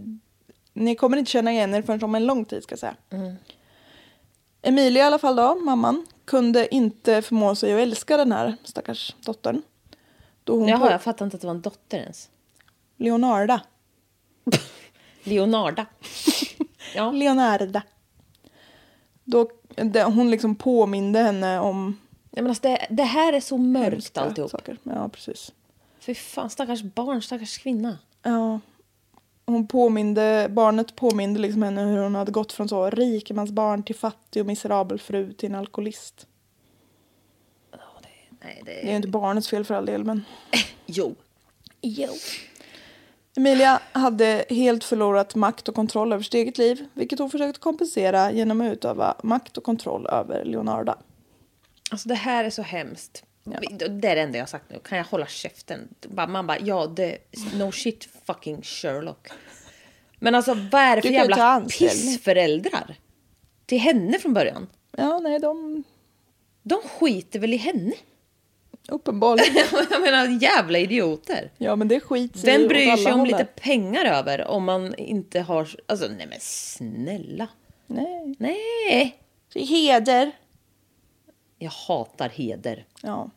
[SPEAKER 1] ni kommer inte känna igen er förrän om en lång tid ska jag säga. Emilia i alla fall då, mamman, kunde inte förmå sig att älska den här stackars dottern. Då hon
[SPEAKER 2] Jaha,
[SPEAKER 1] på
[SPEAKER 2] jag fattar inte att det var en dotter ens.
[SPEAKER 1] Leonarda.
[SPEAKER 2] Leonarda.
[SPEAKER 1] (laughs)
[SPEAKER 2] Ja.
[SPEAKER 1] Leonarda. Då, det, hon liksom påminde henne om
[SPEAKER 2] Nej, men alltså det, det här är så mörkt
[SPEAKER 1] hemska
[SPEAKER 2] alltihop.
[SPEAKER 1] saker. Ja, precis.
[SPEAKER 2] Fy fan, stackars barn, stackars kvinna.
[SPEAKER 1] Ja. hon påminde, barnet påminde liksom henne hur hon hade gått från så rikemansbarn till fattig och miserabel fru till en alkoholist.
[SPEAKER 2] Nej,
[SPEAKER 1] Det är ju inte barnets fel för all del men.
[SPEAKER 2] Jo. Jo.
[SPEAKER 1] Emilia hade helt förlorat makt och kontroll över sitt eget liv, vilket hon försökte kompensera genom att utöva makt och kontroll över Leonarda.
[SPEAKER 2] Alltså det här är så hemskt. Det det är det enda jag har sagt nu. Kan jag hålla käften? Bara- Man bara, ja, det, no shit fucking Sherlock. Men alltså vad är det för
[SPEAKER 1] Du kan ju ta
[SPEAKER 2] jävla
[SPEAKER 1] anställning.
[SPEAKER 2] pissföräldrar? Till henne från början.
[SPEAKER 1] Ja, nej, de
[SPEAKER 2] De skiter väl i henne? (laughs)
[SPEAKER 1] uppenbarligen.
[SPEAKER 2] Jag menar jävla idioter.
[SPEAKER 1] Ja, men det skits i
[SPEAKER 2] Vem
[SPEAKER 1] åt
[SPEAKER 2] bryr
[SPEAKER 1] alla
[SPEAKER 2] sig om
[SPEAKER 1] hållen.
[SPEAKER 2] lite pengar över om man inte har... Alltså nej men snälla.
[SPEAKER 1] Nej.
[SPEAKER 2] Nej.
[SPEAKER 1] Det är heder.
[SPEAKER 2] Jag hatar heder. (laughs)
[SPEAKER 1] Ja.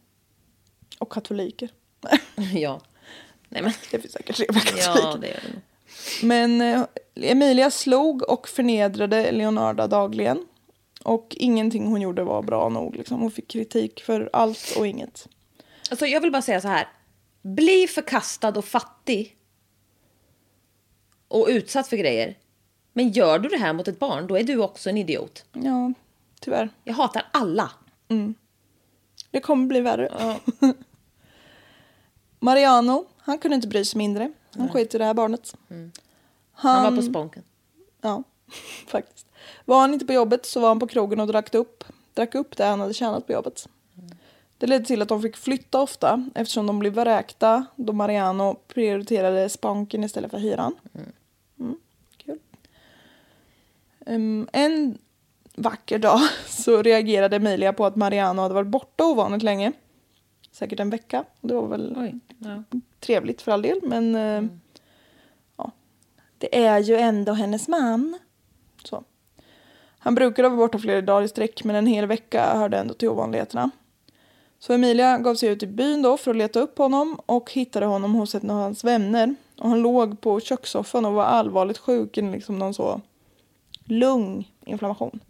[SPEAKER 1] Och katoliker. (laughs)
[SPEAKER 2] ja. Nej men. Typ.
[SPEAKER 1] Det finns säkert trevliga katoliker.
[SPEAKER 2] (laughs) Ja, det gör det. nog.
[SPEAKER 1] Men eh, Emilia slog och förnedrade Leonarda dagligen. Och ingenting hon gjorde var bra nog. Liksom. Hon fick kritik för allt och inget.
[SPEAKER 2] Alltså jag vill bara säga så här. Bli förkastad och fattig. Och utsatt för grejer. Men gör du det här mot ett barn, då är du också en idiot.
[SPEAKER 1] Ja, tyvärr.
[SPEAKER 2] Jag hatar alla.
[SPEAKER 1] Det kommer bli värre. (laughs) Mariano, han kunde inte bry sig mindre. Han sket i det här barnet.
[SPEAKER 2] Mm. Han var på sponken.
[SPEAKER 1] Ja, (laughs) faktiskt. Var han inte på jobbet så var han på krogen och drack upp, drack upp det han hade tjänat på jobbet. Det ledde till att de fick flytta ofta eftersom de blev vräkta då Mariano prioriterade spanken istället för hyran. Mm, kul. Ehm, en vacker dag (laughs) så reagerade Emilia på att Mariano hade varit borta ovanligt länge. Säkert en vecka. Det var väl
[SPEAKER 2] (laughs) ja.
[SPEAKER 1] trevligt för all del, men eh, ja. Det är ju ändå hennes man. Så. Han brukade vara borta flera dagar i sträck, men en hel vecka hörde ändå till ovanligheterna. Så Emilia gav sig ut i byn då för att leta upp honom och hittade honom hos en av hans vänner. Och han låg på kökssoffan och var allvarligt sjuk i liksom någon så lunginflammation.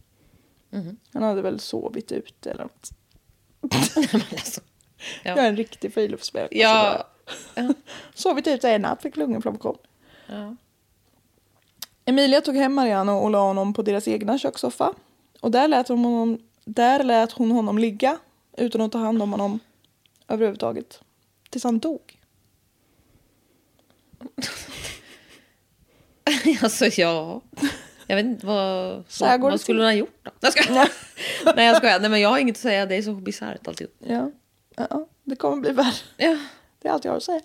[SPEAKER 1] Han hade väl sovit ut eller något.
[SPEAKER 2] Men alltså, Ja.
[SPEAKER 1] Jag är en riktig friluftsmänniska. så bara- typ
[SPEAKER 2] ja.
[SPEAKER 1] (laughs) Sovit ute en natt, fick lunginflammation. Emilia tog hem Mariano och la honom på deras egna kökssoffa. Och där lät, hon honom, där lät hon honom ligga utan att ta hand om honom överhuvudtaget. Tills han dog.
[SPEAKER 2] (laughs) Alltså ja. Jag vet inte vad,
[SPEAKER 1] Så här går det
[SPEAKER 2] vad skulle hon ha gjort då? Jag skojar. (laughs) Nej jag skojar. Nej men jag har inget att säga. Det är så bisarrt alltihop.
[SPEAKER 1] Ja. ja, det kommer bli (laughs) värre.
[SPEAKER 2] Ja.
[SPEAKER 1] Det är allt jag har att säga.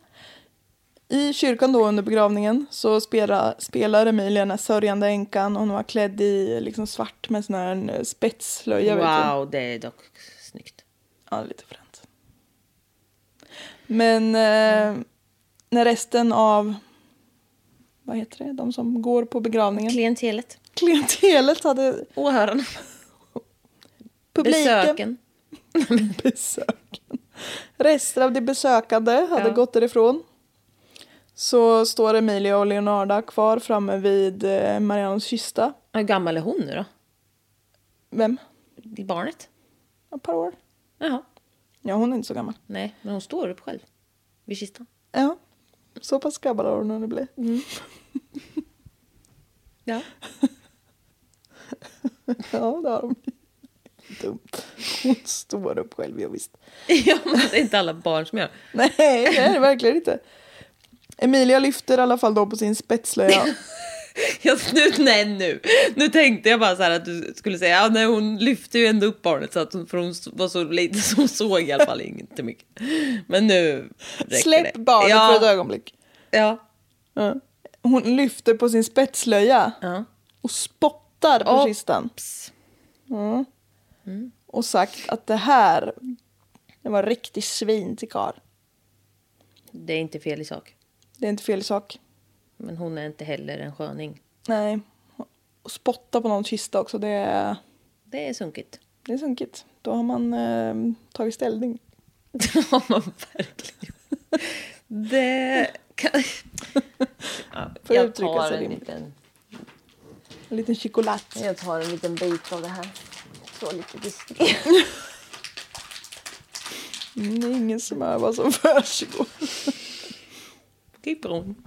[SPEAKER 1] I kyrkan då under begravningen så spelar, spelar Emilia den här sörjande änkan. Hon var klädd i liksom svart med sån här eh, spetslöja. vet du.
[SPEAKER 2] Wow, det är dock snyggt.
[SPEAKER 1] Ja, lite fränt. Men eh, när resten av, vad heter det, de som går på begravningen,
[SPEAKER 2] Klientelet.
[SPEAKER 1] klientelet hade
[SPEAKER 2] Åhörarna.
[SPEAKER 1] publiken,
[SPEAKER 2] Besöken. (laughs)
[SPEAKER 1] besöken. Resten av de besökande hade
[SPEAKER 2] Ja.
[SPEAKER 1] gått därifrån. Så står Emilia och Leonarda kvar framme vid eh, Marianos kista.
[SPEAKER 2] Hur gammal är hon nu då?
[SPEAKER 1] Vem?
[SPEAKER 2] Det är barnet?
[SPEAKER 1] Ett par år?
[SPEAKER 2] Jaha.
[SPEAKER 1] Ja, hon är inte så gammal.
[SPEAKER 2] Nej, men hon står upp själv. Vid kistan.
[SPEAKER 1] Ja, så pass gammal har hon blir.
[SPEAKER 2] Ja.
[SPEAKER 1] Ja, det har de. (laughs) Dumt. Hon står upp själv, ja, visst.
[SPEAKER 2] (laughs) ja men det är inte alla barn som gör.
[SPEAKER 1] Nej, det är det verkligen inte. Emilia lyfter i alla fall då på sin (laughs) spetslöja.
[SPEAKER 2] Jag, nu, nej nu. Nu tänkte jag bara så här att du skulle säga. Ja, nej, hon lyfte ju ändå upp barnet så att hon, för hon var så liten så hon såg i alla fall inte mycket. Men nu räcker
[SPEAKER 1] Släpp
[SPEAKER 2] det.
[SPEAKER 1] barnet
[SPEAKER 2] ja,
[SPEAKER 1] för ett ögonblick.
[SPEAKER 2] Ja.
[SPEAKER 1] Ja. Hon lyfter på sin spetslöja
[SPEAKER 2] Ja.
[SPEAKER 1] och spottar på
[SPEAKER 2] Åh.
[SPEAKER 1] kistan.
[SPEAKER 2] Pss.
[SPEAKER 1] Och sagt att det här det var riktigt svin till karl.
[SPEAKER 2] Det är inte fel i sak.
[SPEAKER 1] Det är inte fel sak.
[SPEAKER 2] Men hon är inte heller en sköning.
[SPEAKER 1] Nej. Och spotta på någon kista också, det är,
[SPEAKER 2] Det är (laughs) sunkigt.
[SPEAKER 1] det är sunkigt. Då har man eh, tagit ställning.
[SPEAKER 2] Det har man verkligen gjort. Det kan... Ja,
[SPEAKER 1] För att uttrycka sig rimligt.
[SPEAKER 2] liten,
[SPEAKER 1] En liten choklad.
[SPEAKER 2] jag tar en liten bit av det här. Så lite diskret.
[SPEAKER 1] Mm, det är ingen som (laughs) hör vad som försiggår.
[SPEAKER 2] Keep on.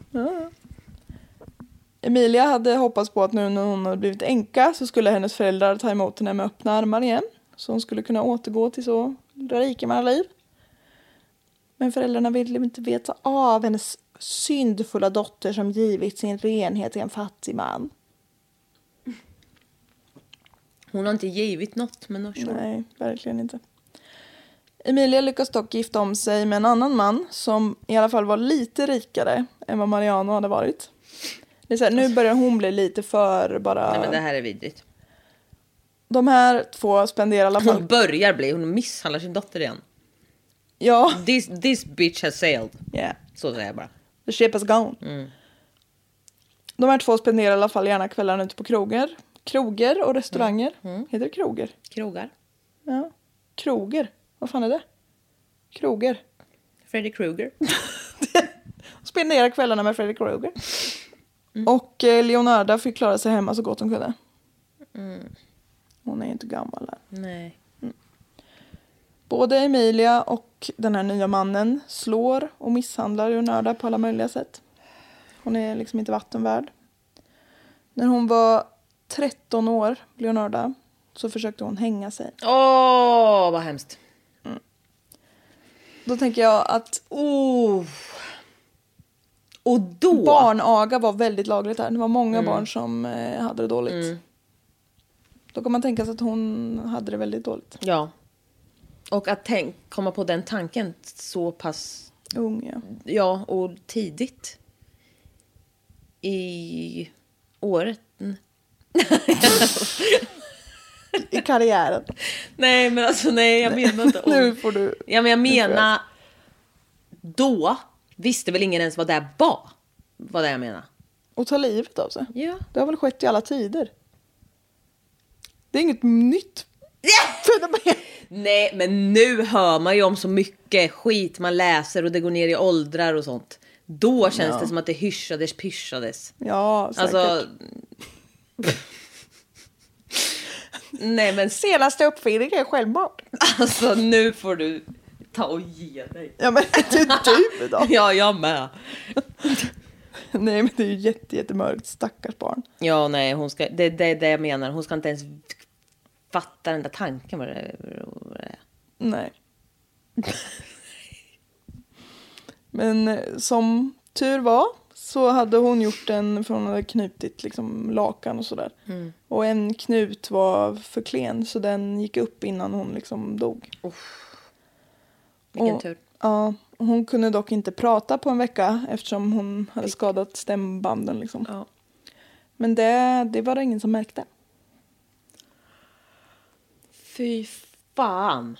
[SPEAKER 1] Emilia hade hoppats på att nu när hon hade blivit änka så skulle hennes föräldrar ta emot henne med öppna armar igen. Så hon skulle kunna återgå till så rikemannaliv. Men föräldrarna ville inte veta av hennes syndfulla dotter som givit sin renhet till en fattig man.
[SPEAKER 2] Hon har inte givit något men sure.
[SPEAKER 1] Nej, verkligen inte. Emilia lyckas dock gifta om sig med en annan man som i alla fall var lite rikare än vad Mariano hade varit. Det är så här, nu börjar hon bli lite för bara...
[SPEAKER 2] Alltså. Nej men det här är vidrigt.
[SPEAKER 1] De här två spenderar i alla
[SPEAKER 2] Hon (laughs)
[SPEAKER 1] fall...
[SPEAKER 2] börjar bli, hon misshandlar sin dotter igen.
[SPEAKER 1] Ja.
[SPEAKER 2] This, this bitch has sailed.
[SPEAKER 1] Yeah.
[SPEAKER 2] Så säger jag bara.
[SPEAKER 1] The ship is gone.
[SPEAKER 2] Mm.
[SPEAKER 1] De här två spenderar i alla fall gärna kvällarna ute på krogar. Kroger och restauranger.
[SPEAKER 2] Mm.
[SPEAKER 1] Heter det kroger?
[SPEAKER 2] Krogar.
[SPEAKER 1] Ja. Kroger? Vad fan är det? Kroger.
[SPEAKER 2] Freddy (laughs) Krueger.
[SPEAKER 1] (laughs) Spenderar kvällarna med Fredrik Kroger. Och eh, Leonarda fick klara sig hemma så gott hon kunde. Hon är inte gammal än.
[SPEAKER 2] Nej.
[SPEAKER 1] Både Emilia och den här nya mannen slår och misshandlar Leonarda på alla möjliga sätt. Hon är liksom inte vattenvärd. När hon var 13 år, Leonarda, så försökte hon hänga sig.
[SPEAKER 2] Åh, vad hemskt.
[SPEAKER 1] Då tänker jag att
[SPEAKER 2] Oh. Och då.
[SPEAKER 1] barnaga var väldigt lagligt här. Det var
[SPEAKER 2] Mm.
[SPEAKER 1] många barn som eh, hade det dåligt. Då kan man tänka sig att hon hade det väldigt dåligt.
[SPEAKER 2] Ja. Och att tänk, komma på den tanken så pass,
[SPEAKER 1] Ung,
[SPEAKER 2] (laughs)
[SPEAKER 1] ja.
[SPEAKER 2] ja, och tidigt. I året.
[SPEAKER 1] I karriären.
[SPEAKER 2] Nej, men alltså nej, jag menar inte
[SPEAKER 1] (laughs) nu får du...
[SPEAKER 2] Ja, men jag
[SPEAKER 1] Nu får jag-
[SPEAKER 2] menar... Då visste väl ingen ens vad det här var? Vad det jag menar.
[SPEAKER 1] Och ta livet av sig.
[SPEAKER 2] Ja.
[SPEAKER 1] Det har väl skett i alla tider. Det är inget nytt (laughs) fenomen.
[SPEAKER 2] Nej, men nu hör man ju om så mycket skit man läser och det går ner i åldrar och sånt. Då känns det som att det hyschades pyschades.
[SPEAKER 1] Ja, säkert.
[SPEAKER 2] Alltså...
[SPEAKER 1] (laughs)
[SPEAKER 2] Nej, men se-
[SPEAKER 1] Senaste uppfinningen är självmord.
[SPEAKER 2] alltså nu får du ta och ge dig.
[SPEAKER 1] Ja, men (laughs) det är ju du då.
[SPEAKER 2] (laughs) Ja, jag med.
[SPEAKER 1] Nej, men det är ju jätte, jättemörkt. Stackars barn.
[SPEAKER 2] Ja, nej, hon ska, det är det, det jag menar. Hon ska inte ens fatta den där tanken. Vad det, vad det är.
[SPEAKER 1] Nej. Men eh, som tur var så hade hon gjort en, för hon hade knutit liksom lakan och sådär.
[SPEAKER 2] Mm.
[SPEAKER 1] Och en knut var för klen så den gick upp innan hon liksom dog.
[SPEAKER 2] Vilken
[SPEAKER 1] Och-
[SPEAKER 2] tur.
[SPEAKER 1] Ja, hon kunde dock inte prata på en vecka eftersom hon hade skadat stämbanden liksom.
[SPEAKER 2] Ja.
[SPEAKER 1] Men det, det var det ingen som märkte.
[SPEAKER 2] Fy fan.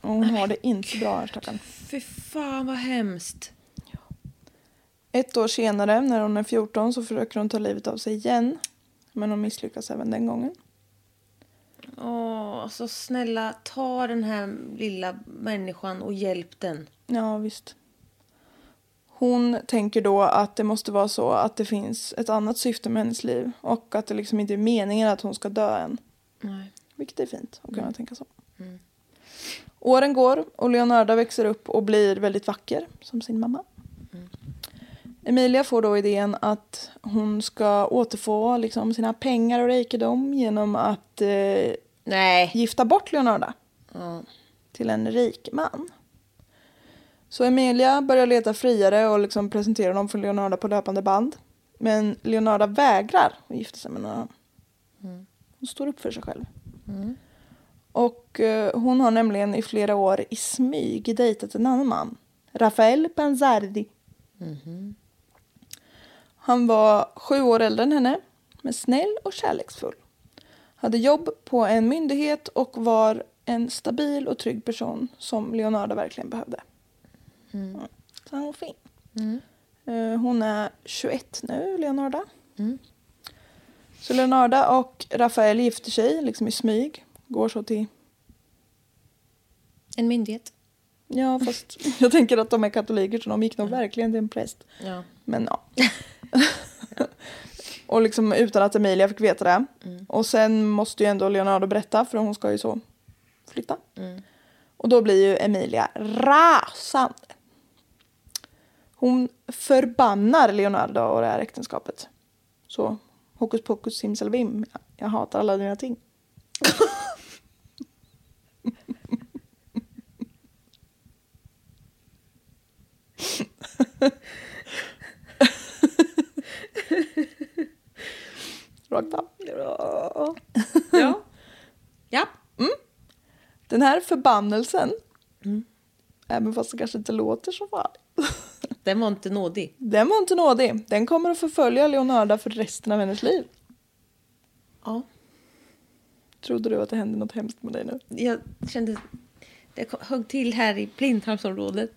[SPEAKER 1] Och hon har det inte bra här stackarn.
[SPEAKER 2] Fy fan vad hemskt.
[SPEAKER 1] Ett år senare, när hon är 14, så försöker hon ta livet av sig igen. Men hon misslyckas även den gången.
[SPEAKER 2] Åh, så snälla ta den här lilla människan och hjälp den.
[SPEAKER 1] Ja, visst. Hon tänker då att det måste vara så att det finns ett annat syfte med hennes liv och att det liksom inte är meningen att hon ska dö än.
[SPEAKER 2] Nej.
[SPEAKER 1] Vilket är fint att kunna tänka så. Åren går och Leonarda växer upp och blir väldigt vacker som sin mamma. Emilia får då idén att hon ska återfå liksom, sina pengar och rikedom genom att eh,
[SPEAKER 2] Nej.
[SPEAKER 1] gifta bort Leonarda
[SPEAKER 2] Ja.
[SPEAKER 1] till en rik man. Så Emilia börjar leta friare och liksom presenterar dem för Leonarda på löpande band. Men Leonarda vägrar att gifta sig med någon annan. Hon står upp för sig själv. Och eh, hon har nämligen i flera år i smyg dejtat en annan man. Rafael Panzardi. Han var sju år äldre än henne, men snäll och kärleksfull. Hade jobb på en myndighet och var en stabil och trygg person som Leonardo verkligen behövde. Mm. Så han var fin. Eh, Hon är 21 nu, Leonarda. Så Leonarda och Rafael gifter sig liksom i smyg. Går så till...
[SPEAKER 2] En myndighet.
[SPEAKER 1] Ja, fast jag tänker att de är katoliker så de gick nog verkligen till en präst.
[SPEAKER 2] Ja.
[SPEAKER 1] Men ja. (laughs) och liksom utan att Emilia fick veta det. Och sen måste ju ändå Leonardo berätta för hon ska ju så flytta. Och då blir ju Emilia rasande. Hon förbannar Leonardo och det här äktenskapet. Så hokus pokus simsalabim. Jag hatar alla dina ting. Rakt av.
[SPEAKER 2] Ja. ja. Ja.
[SPEAKER 1] Den här förbannelsen, även fast det kanske inte låter så farligt, (laughs)
[SPEAKER 2] Den var inte nådig.
[SPEAKER 1] den var inte nådig. Den kommer att förfölja Leonarda för resten av hennes liv.
[SPEAKER 2] Ja.
[SPEAKER 1] Trodde du att det hände något hemskt med dig nu?
[SPEAKER 2] Jag kände... Det kom- högg till här i blindtarmsområdet.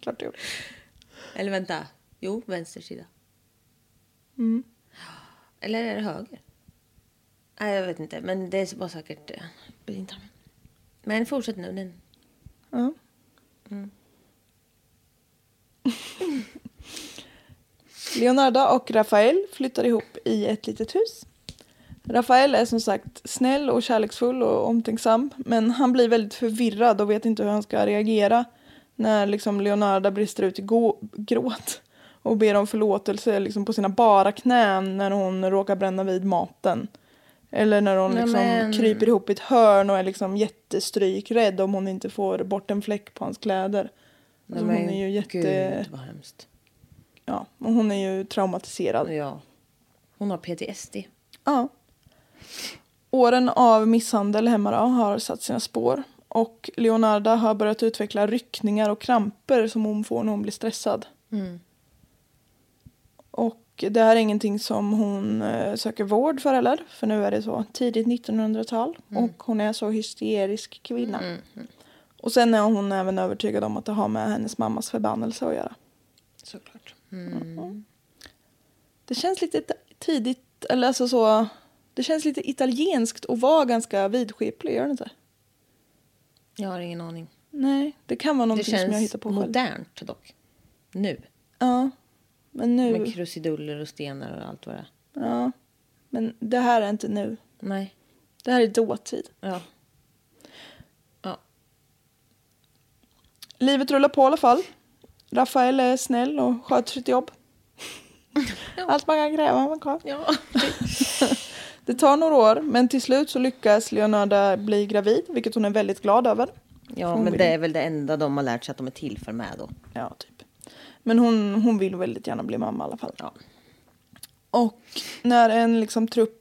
[SPEAKER 1] Klart det gjorde.
[SPEAKER 2] Eller vänta. Jo, vänster sida.
[SPEAKER 1] Mm.
[SPEAKER 2] Eller är det höger? Nej, jag vet inte. Men det var säkert eh, blindtarmen. Men fortsätt nu. Den.
[SPEAKER 1] Ja. Leonarda och Rafael flyttar ihop i ett litet hus. Rafael är som sagt snäll och kärleksfull och omtänksam men han blir väldigt förvirrad och vet inte hur han ska reagera när liksom Leonarda brister ut i gå- gråt och ber om förlåtelse liksom på sina bara knän när hon råkar bränna vid maten. Eller när hon liksom
[SPEAKER 2] Nämen.
[SPEAKER 1] kryper ihop i ett hörn och är liksom jättestrykrädd om hon inte får bort en fläck på hans kläder. Alltså hon är ju jätte...
[SPEAKER 2] vad hemskt.
[SPEAKER 1] Ja, och hon är ju traumatiserad.
[SPEAKER 2] Ja. Hon har PTSD.
[SPEAKER 1] Ja. Åren av misshandel hemma då har satt sina spår och Leonarda har börjat utveckla ryckningar och kramper som hon får när hon blir stressad. Och det här är ingenting som hon eh, söker vård för heller, för nu är det så tidigt 1900-tal och hon är så hysterisk kvinna. Och sen är hon även övertygad om att det har med hennes mammas förbannelse att göra.
[SPEAKER 2] Såklart.
[SPEAKER 1] Det känns lite it- tidigt, eller alltså så... Det känns lite italienskt och var ganska vidskeplig, gör det inte?
[SPEAKER 2] Jag har ingen aning.
[SPEAKER 1] Nej, det kan vara
[SPEAKER 2] Det
[SPEAKER 1] någonting som jag
[SPEAKER 2] känns
[SPEAKER 1] hittar på själv.
[SPEAKER 2] modernt dock. Nu.
[SPEAKER 1] Ja, men nu...
[SPEAKER 2] Med krusiduller och stenar och allt vad det är.
[SPEAKER 1] ja, men det här är inte nu.
[SPEAKER 2] Nej.
[SPEAKER 1] Det här är dåtid.
[SPEAKER 2] Ja. Ja.
[SPEAKER 1] Livet rullar på i alla fall. Rafael är snäll och sköter sitt
[SPEAKER 2] (laughs)
[SPEAKER 1] jobb. Allt man kan kräva av en karl.
[SPEAKER 2] Ja.
[SPEAKER 1] Det tar några år, men till slut så lyckas Leonarda bli gravid, vilket hon är väldigt glad över.
[SPEAKER 2] Ja,
[SPEAKER 1] Hon
[SPEAKER 2] men
[SPEAKER 1] vill-
[SPEAKER 2] det är väl det enda de har lärt sig att de är till för med då.
[SPEAKER 1] Ja, typ. Men hon, hon vill väldigt gärna bli mamma i alla fall. Och när en liksom trupp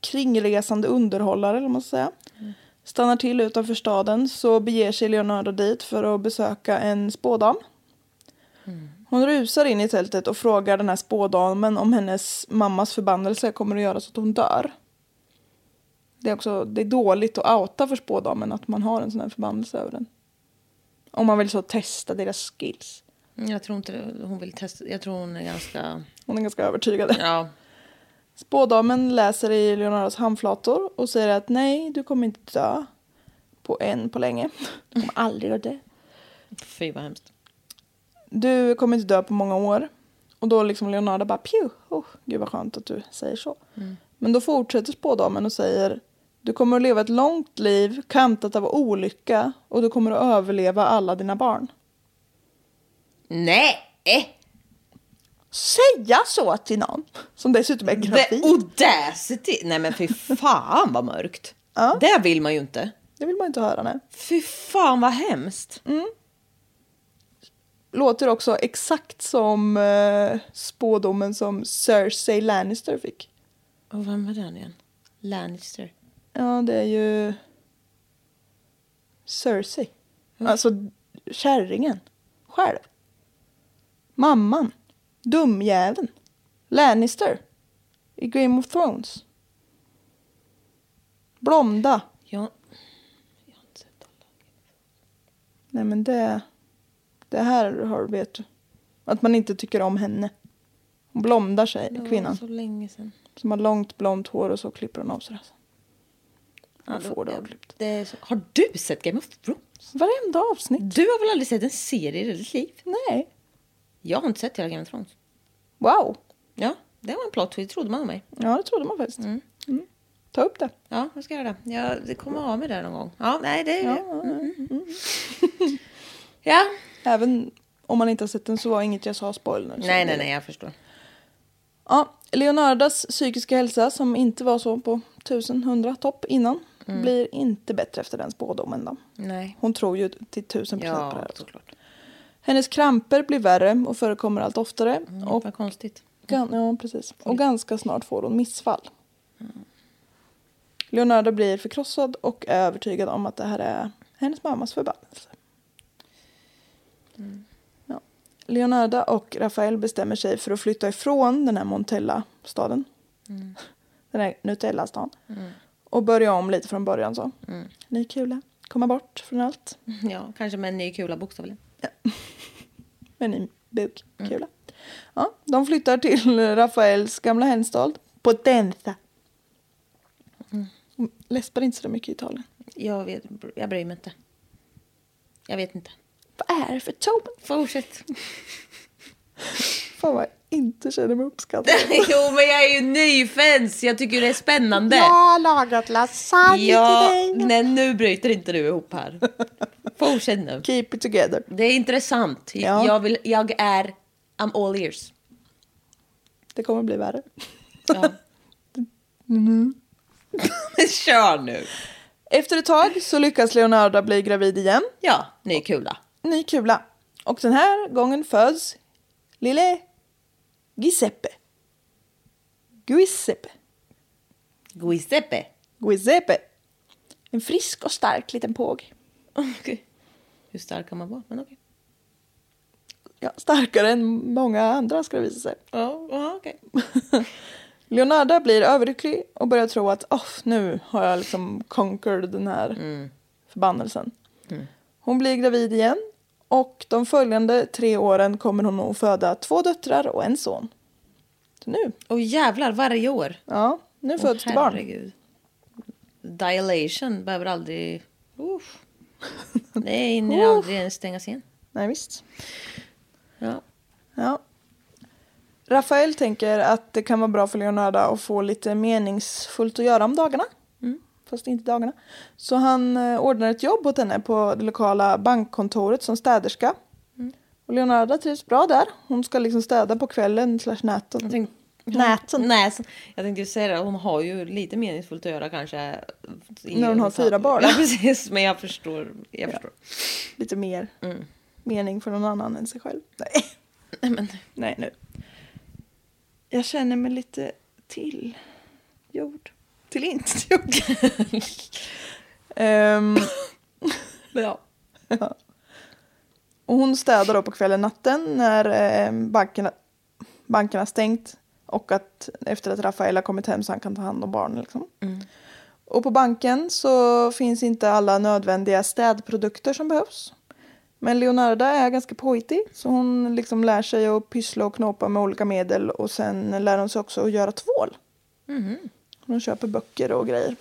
[SPEAKER 1] kringresande underhållare, eller vad man ska säga, stannar till utanför staden så beger sig Leonardo dit för att besöka en spådam. Hon rusar in i tältet och frågar den här spådamen om hennes mammas förbannelse kommer att göra så att hon dör. Det är också det är dåligt att outa för spådamen att man har en sån här förbannelse över den. Om man vill så testa deras skills.
[SPEAKER 2] Jag tror inte det- hon vill testa. Jag tror hon är ganska...
[SPEAKER 1] Hon är ganska övertygad.
[SPEAKER 2] Ja.
[SPEAKER 1] Spådamen läser i Leonardos handflator och säger att nej, du kommer inte dö. På en på länge. Du kommer aldrig att dö.
[SPEAKER 2] Fy vad hemskt.
[SPEAKER 1] Du kommer inte dö på många år. Och då liksom Leonardo bara pju, oh, gud vad skönt att du säger så. Men då fortsätter spådamen och säger du kommer att leva ett långt liv kantat av olycka och du kommer att överleva alla dina barn.
[SPEAKER 2] Nej! Eh!
[SPEAKER 1] Säga så till någon som dessutom är
[SPEAKER 2] The
[SPEAKER 1] gravid.
[SPEAKER 2] audacity! Nej men fy fan vad mörkt.
[SPEAKER 1] Ja.
[SPEAKER 2] Det vill man ju inte.
[SPEAKER 1] Det vill man inte höra. Nej.
[SPEAKER 2] Fy fan vad hemskt.
[SPEAKER 1] låter också exakt som eh, spådomen som Cersei Lannister fick.
[SPEAKER 2] Och vem var den igen? Lannister.
[SPEAKER 1] Ja, det är ju Cersei. Alltså kärringen. Själv. Mamman. Dumjäveln. Lannister. I Game of Thrones. Blonda.
[SPEAKER 2] Jag... Jag har inte sett alla.
[SPEAKER 1] Nej men det... Det här har du vet du. Att man inte tycker om henne. Hon blondar sig,
[SPEAKER 2] Det var
[SPEAKER 1] kvinnan.
[SPEAKER 2] så länge sedan.
[SPEAKER 1] Som har långt blont hår och så klipper hon av sig resten. Hon får det
[SPEAKER 2] jag-
[SPEAKER 1] avklippt.
[SPEAKER 2] det är så... Har du sett Game of Thrones?
[SPEAKER 1] Varenda avsnitt.
[SPEAKER 2] Du har väl aldrig sett en serie i ditt liv?
[SPEAKER 1] Nej.
[SPEAKER 2] Jag har inte sett hela Game of Thrones.
[SPEAKER 1] Wow.
[SPEAKER 2] Ja, det var en plot twist trodde man om mig.
[SPEAKER 1] Ja, det trodde man faktiskt. Mm. Ta upp det.
[SPEAKER 2] Ja, jag ska göra det. Jag det kommer av mig (laughs) där någon gång. Mm, Ja, nej, det är
[SPEAKER 1] Ja,
[SPEAKER 2] det. Ja,
[SPEAKER 1] Även Om man inte har sett den så var inget jag sa spoiler. så det-
[SPEAKER 2] Nej, nej, nej, jag förstår.
[SPEAKER 1] Ja, Leonardas psykiska hälsa som inte var så på 1100 topp innan blir inte bättre efter den spådomen då.
[SPEAKER 2] Nej.
[SPEAKER 1] Hon tror ju till 1000 procent på det
[SPEAKER 2] Ja,
[SPEAKER 1] här.
[SPEAKER 2] såklart.
[SPEAKER 1] Hennes kramper blir värre och förekommer allt oftare. och,
[SPEAKER 2] Mm, Vad konstigt.
[SPEAKER 1] gan- ja, precis. och ganska snart får hon missfall. Mm. Leonardo blir förkrossad och är övertygad om att det här är hennes mammas förbannelse. Ja. Leonardo och Rafael bestämmer sig för att flytta ifrån den här Montella-staden. (laughs) Den här Nutella-stan. Och börja om lite från början så. Ny kula, komma bort från allt.
[SPEAKER 2] Ja, kanske med en ny kula bokstavligen.
[SPEAKER 1] med en ny
[SPEAKER 2] Mm.
[SPEAKER 1] bukkula. Ja, de flyttar till Rafaels gamla hemstad, Potenza. Mm. Läspar inte så mycket i Italien.
[SPEAKER 2] Jag, vet, jag bryr mig inte. Jag vet inte.
[SPEAKER 1] Vad är det för tobak?
[SPEAKER 2] Fortsätt.
[SPEAKER 1] Fan vad jag inte känner mig
[SPEAKER 2] (laughs)
[SPEAKER 1] uppskattad.
[SPEAKER 2] (laughs) jo, men jag är ju nyfans. Jag tycker det är spännande.
[SPEAKER 1] har lagat lasagne
[SPEAKER 2] Ja, nej, nu bryter inte du ihop här. (laughs) Fortsätt nu.
[SPEAKER 1] Keep it together.
[SPEAKER 2] Det är intressant.
[SPEAKER 1] Ja.
[SPEAKER 2] Jag, vill, jag är... I'm all ears.
[SPEAKER 1] Det kommer bli värre.
[SPEAKER 2] Ja. (laughs) Kör nu.
[SPEAKER 1] Efter ett tag så lyckas Leonardo bli gravid igen.
[SPEAKER 2] Ja, ny kula.
[SPEAKER 1] Ny kula. Och den här gången föds lille Giuseppe. Giuseppe.
[SPEAKER 2] Giuseppe.
[SPEAKER 1] Giuseppe. En frisk och stark liten påg.
[SPEAKER 2] Okej. Hur stark kan man vara? Men okej.
[SPEAKER 1] Ja, starkare än många andra ska det visa sig.
[SPEAKER 2] Ja, ja, okej.
[SPEAKER 1] (laughs) Leonardo blir överlycklig och börjar tro att oh, nu har jag liksom conquered den här
[SPEAKER 2] Mm.
[SPEAKER 1] förbannelsen. Hon blir gravid igen och de följande tre åren kommer hon att föda två döttrar och en son. Så nu,
[SPEAKER 2] Och jävlar, varje år.
[SPEAKER 1] ja, nu
[SPEAKER 2] Åh,
[SPEAKER 1] föds det barn.
[SPEAKER 2] herregud. Dilation behöver aldrig... Uff. Det hinner aldrig ens stängas igen.
[SPEAKER 1] Nej, visst.
[SPEAKER 2] Ja.
[SPEAKER 1] Ja. Rafael tänker att det kan vara bra för Leonardo att få lite meningsfullt att göra om dagarna. Fast inte dagarna. Så han eh, ordnar ett jobb åt henne på det lokala bankkontoret som städerska. Och Leonardo trivs bra där. Hon ska liksom städa på kvällen slash natten.
[SPEAKER 2] Jag tänkte,
[SPEAKER 1] Näten.
[SPEAKER 2] Näsen. Jag tänkte ju säga det, hon har ju lite meningsfullt att göra kanske. i-
[SPEAKER 1] När hon har fyra barn.
[SPEAKER 2] Ja, (laughs) precis. Men jag förstår. Jag förstår.
[SPEAKER 1] Lite mer mening för någon annan än sig själv. Nej.
[SPEAKER 2] Nej, men,
[SPEAKER 1] Nej nu. Jag känner mig lite till jord. Till inte (laughs) jord. Ehm,
[SPEAKER 2] ja.
[SPEAKER 1] och hon städar då på kvällen natten när ehm, bankerna, bankerna stängt och att efter att Rafael har kommit hem så han kan ta hand om barnen. Liksom. Och på banken så finns inte alla nödvändiga städprodukter som behövs. Men Leonarda är ganska påhittig så hon liksom lär sig att pyssla och knåpa med olika medel och sen lär hon sig också att göra tvål. Hon köper böcker och grejer.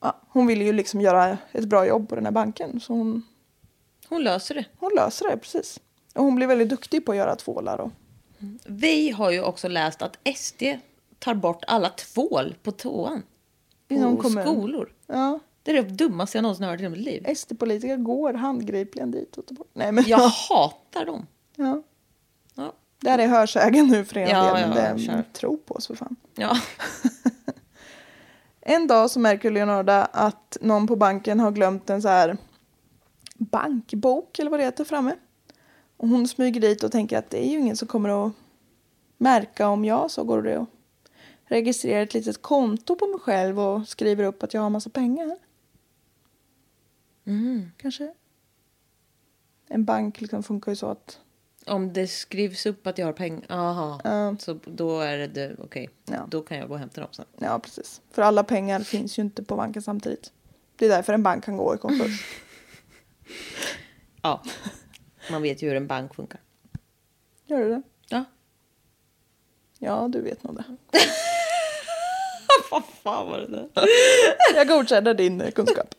[SPEAKER 1] Ja, hon vill ju liksom göra ett bra jobb på den här banken så hon,
[SPEAKER 2] Hon löser det.
[SPEAKER 1] hon löser det precis. Och hon blir väldigt duktig på att göra tvålar och
[SPEAKER 2] Vi har ju också läst att SD tar bort alla tvål på toan.
[SPEAKER 1] Inom
[SPEAKER 2] på
[SPEAKER 1] kommun.
[SPEAKER 2] skolor.
[SPEAKER 1] ja,
[SPEAKER 2] Det är det dummaste jag någonsin har hört i hela mitt
[SPEAKER 1] (laughs)
[SPEAKER 2] liv.
[SPEAKER 1] SD-politiker går handgripligen dit och tar bort. Nej men
[SPEAKER 2] Jag hatar dem.
[SPEAKER 1] ja.
[SPEAKER 2] Ja.
[SPEAKER 1] Det här är hörsägen nu för en
[SPEAKER 2] Ja,
[SPEAKER 1] del,
[SPEAKER 2] ja,
[SPEAKER 1] men det
[SPEAKER 2] kör.
[SPEAKER 1] tro på oss för fan.
[SPEAKER 2] Ja.
[SPEAKER 1] En dag så märker Leonarda att någon på banken har glömt en så här bankbok eller vad det heter framme. Och hon smyger dit och tänker att det är ju ingen som kommer att märka om jag så går det och registrerar ett litet konto på mig själv och skriver upp att jag har massa pengar. Kanske. En bank liksom funkar ju så att
[SPEAKER 2] Om det skrivs upp att jag har pengar, aha.
[SPEAKER 1] Ja.
[SPEAKER 2] Så då är det du, okej.
[SPEAKER 1] Ja.
[SPEAKER 2] Då kan jag gå och hämta dem sen.
[SPEAKER 1] Ja, precis. För alla pengar finns ju inte på banken samtidigt. Det är därför en bank kan gå i konkurs.
[SPEAKER 2] Ja. Man vet ju hur en bank funkar.
[SPEAKER 1] Gör du det?
[SPEAKER 2] Ja.
[SPEAKER 1] Ja, du vet nog det.
[SPEAKER 2] (laughs) Vad fan var det där?
[SPEAKER 1] Jag godkänner din eh,
[SPEAKER 2] (laughs)
[SPEAKER 1] kunskap.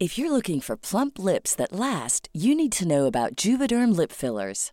[SPEAKER 3] If you're looking for plump lips that last, you need to know about Juvederm lip fillers.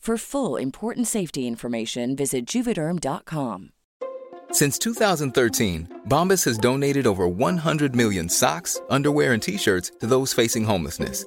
[SPEAKER 3] For full important safety information, visit juvederm.com.
[SPEAKER 4] Since 2013, Bombas has donated over 100 million socks, underwear, and t shirts to those facing homelessness.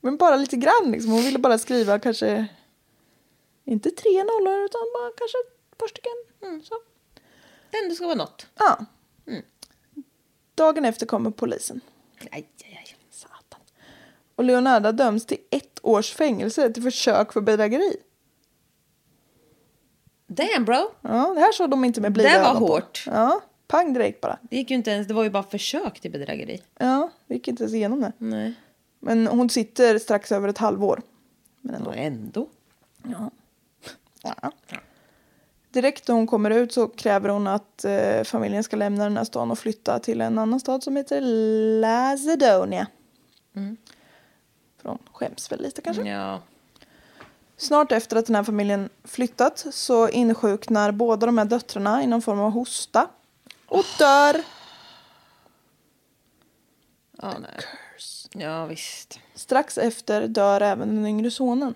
[SPEAKER 1] Men bara lite grann liksom. Hon ville bara skriva kanske inte tre nollor utan bara kanske ett par stycken. Mm, så.
[SPEAKER 2] Det ändå ska vara något.
[SPEAKER 1] Ja.
[SPEAKER 2] Mm.
[SPEAKER 1] Dagen efter kommer polisen.
[SPEAKER 2] Aj, aj, aj.
[SPEAKER 1] Satan. Och Leonarda döms till ett års fängelse till försök för bedrägeri.
[SPEAKER 2] Damn bro.
[SPEAKER 1] Ja, det här såg de inte med blida
[SPEAKER 2] Det var
[SPEAKER 1] ögon på.
[SPEAKER 2] hårt.
[SPEAKER 1] Ja, pang direkt bara.
[SPEAKER 2] Det gick ju inte ens, det var ju bara försök till bedrägeri.
[SPEAKER 1] Ja, vi gick inte ens igenom det.
[SPEAKER 2] Nej.
[SPEAKER 1] Men hon sitter strax över ett halvår. Men ändå.
[SPEAKER 2] Och ändå.
[SPEAKER 1] Ja. Direkt när hon kommer ut så kräver hon att eh, familjen ska lämna den här stan och flytta till en annan stad som heter Lacedonia. För hon skäms väl lite kanske.
[SPEAKER 2] Ja.
[SPEAKER 1] Snart efter att den här familjen flyttat så insjuknar båda de här döttrarna i någon form av hosta. Och dör.
[SPEAKER 2] Ja, nej. ja visst.
[SPEAKER 1] Strax efter dör även den yngre sonen.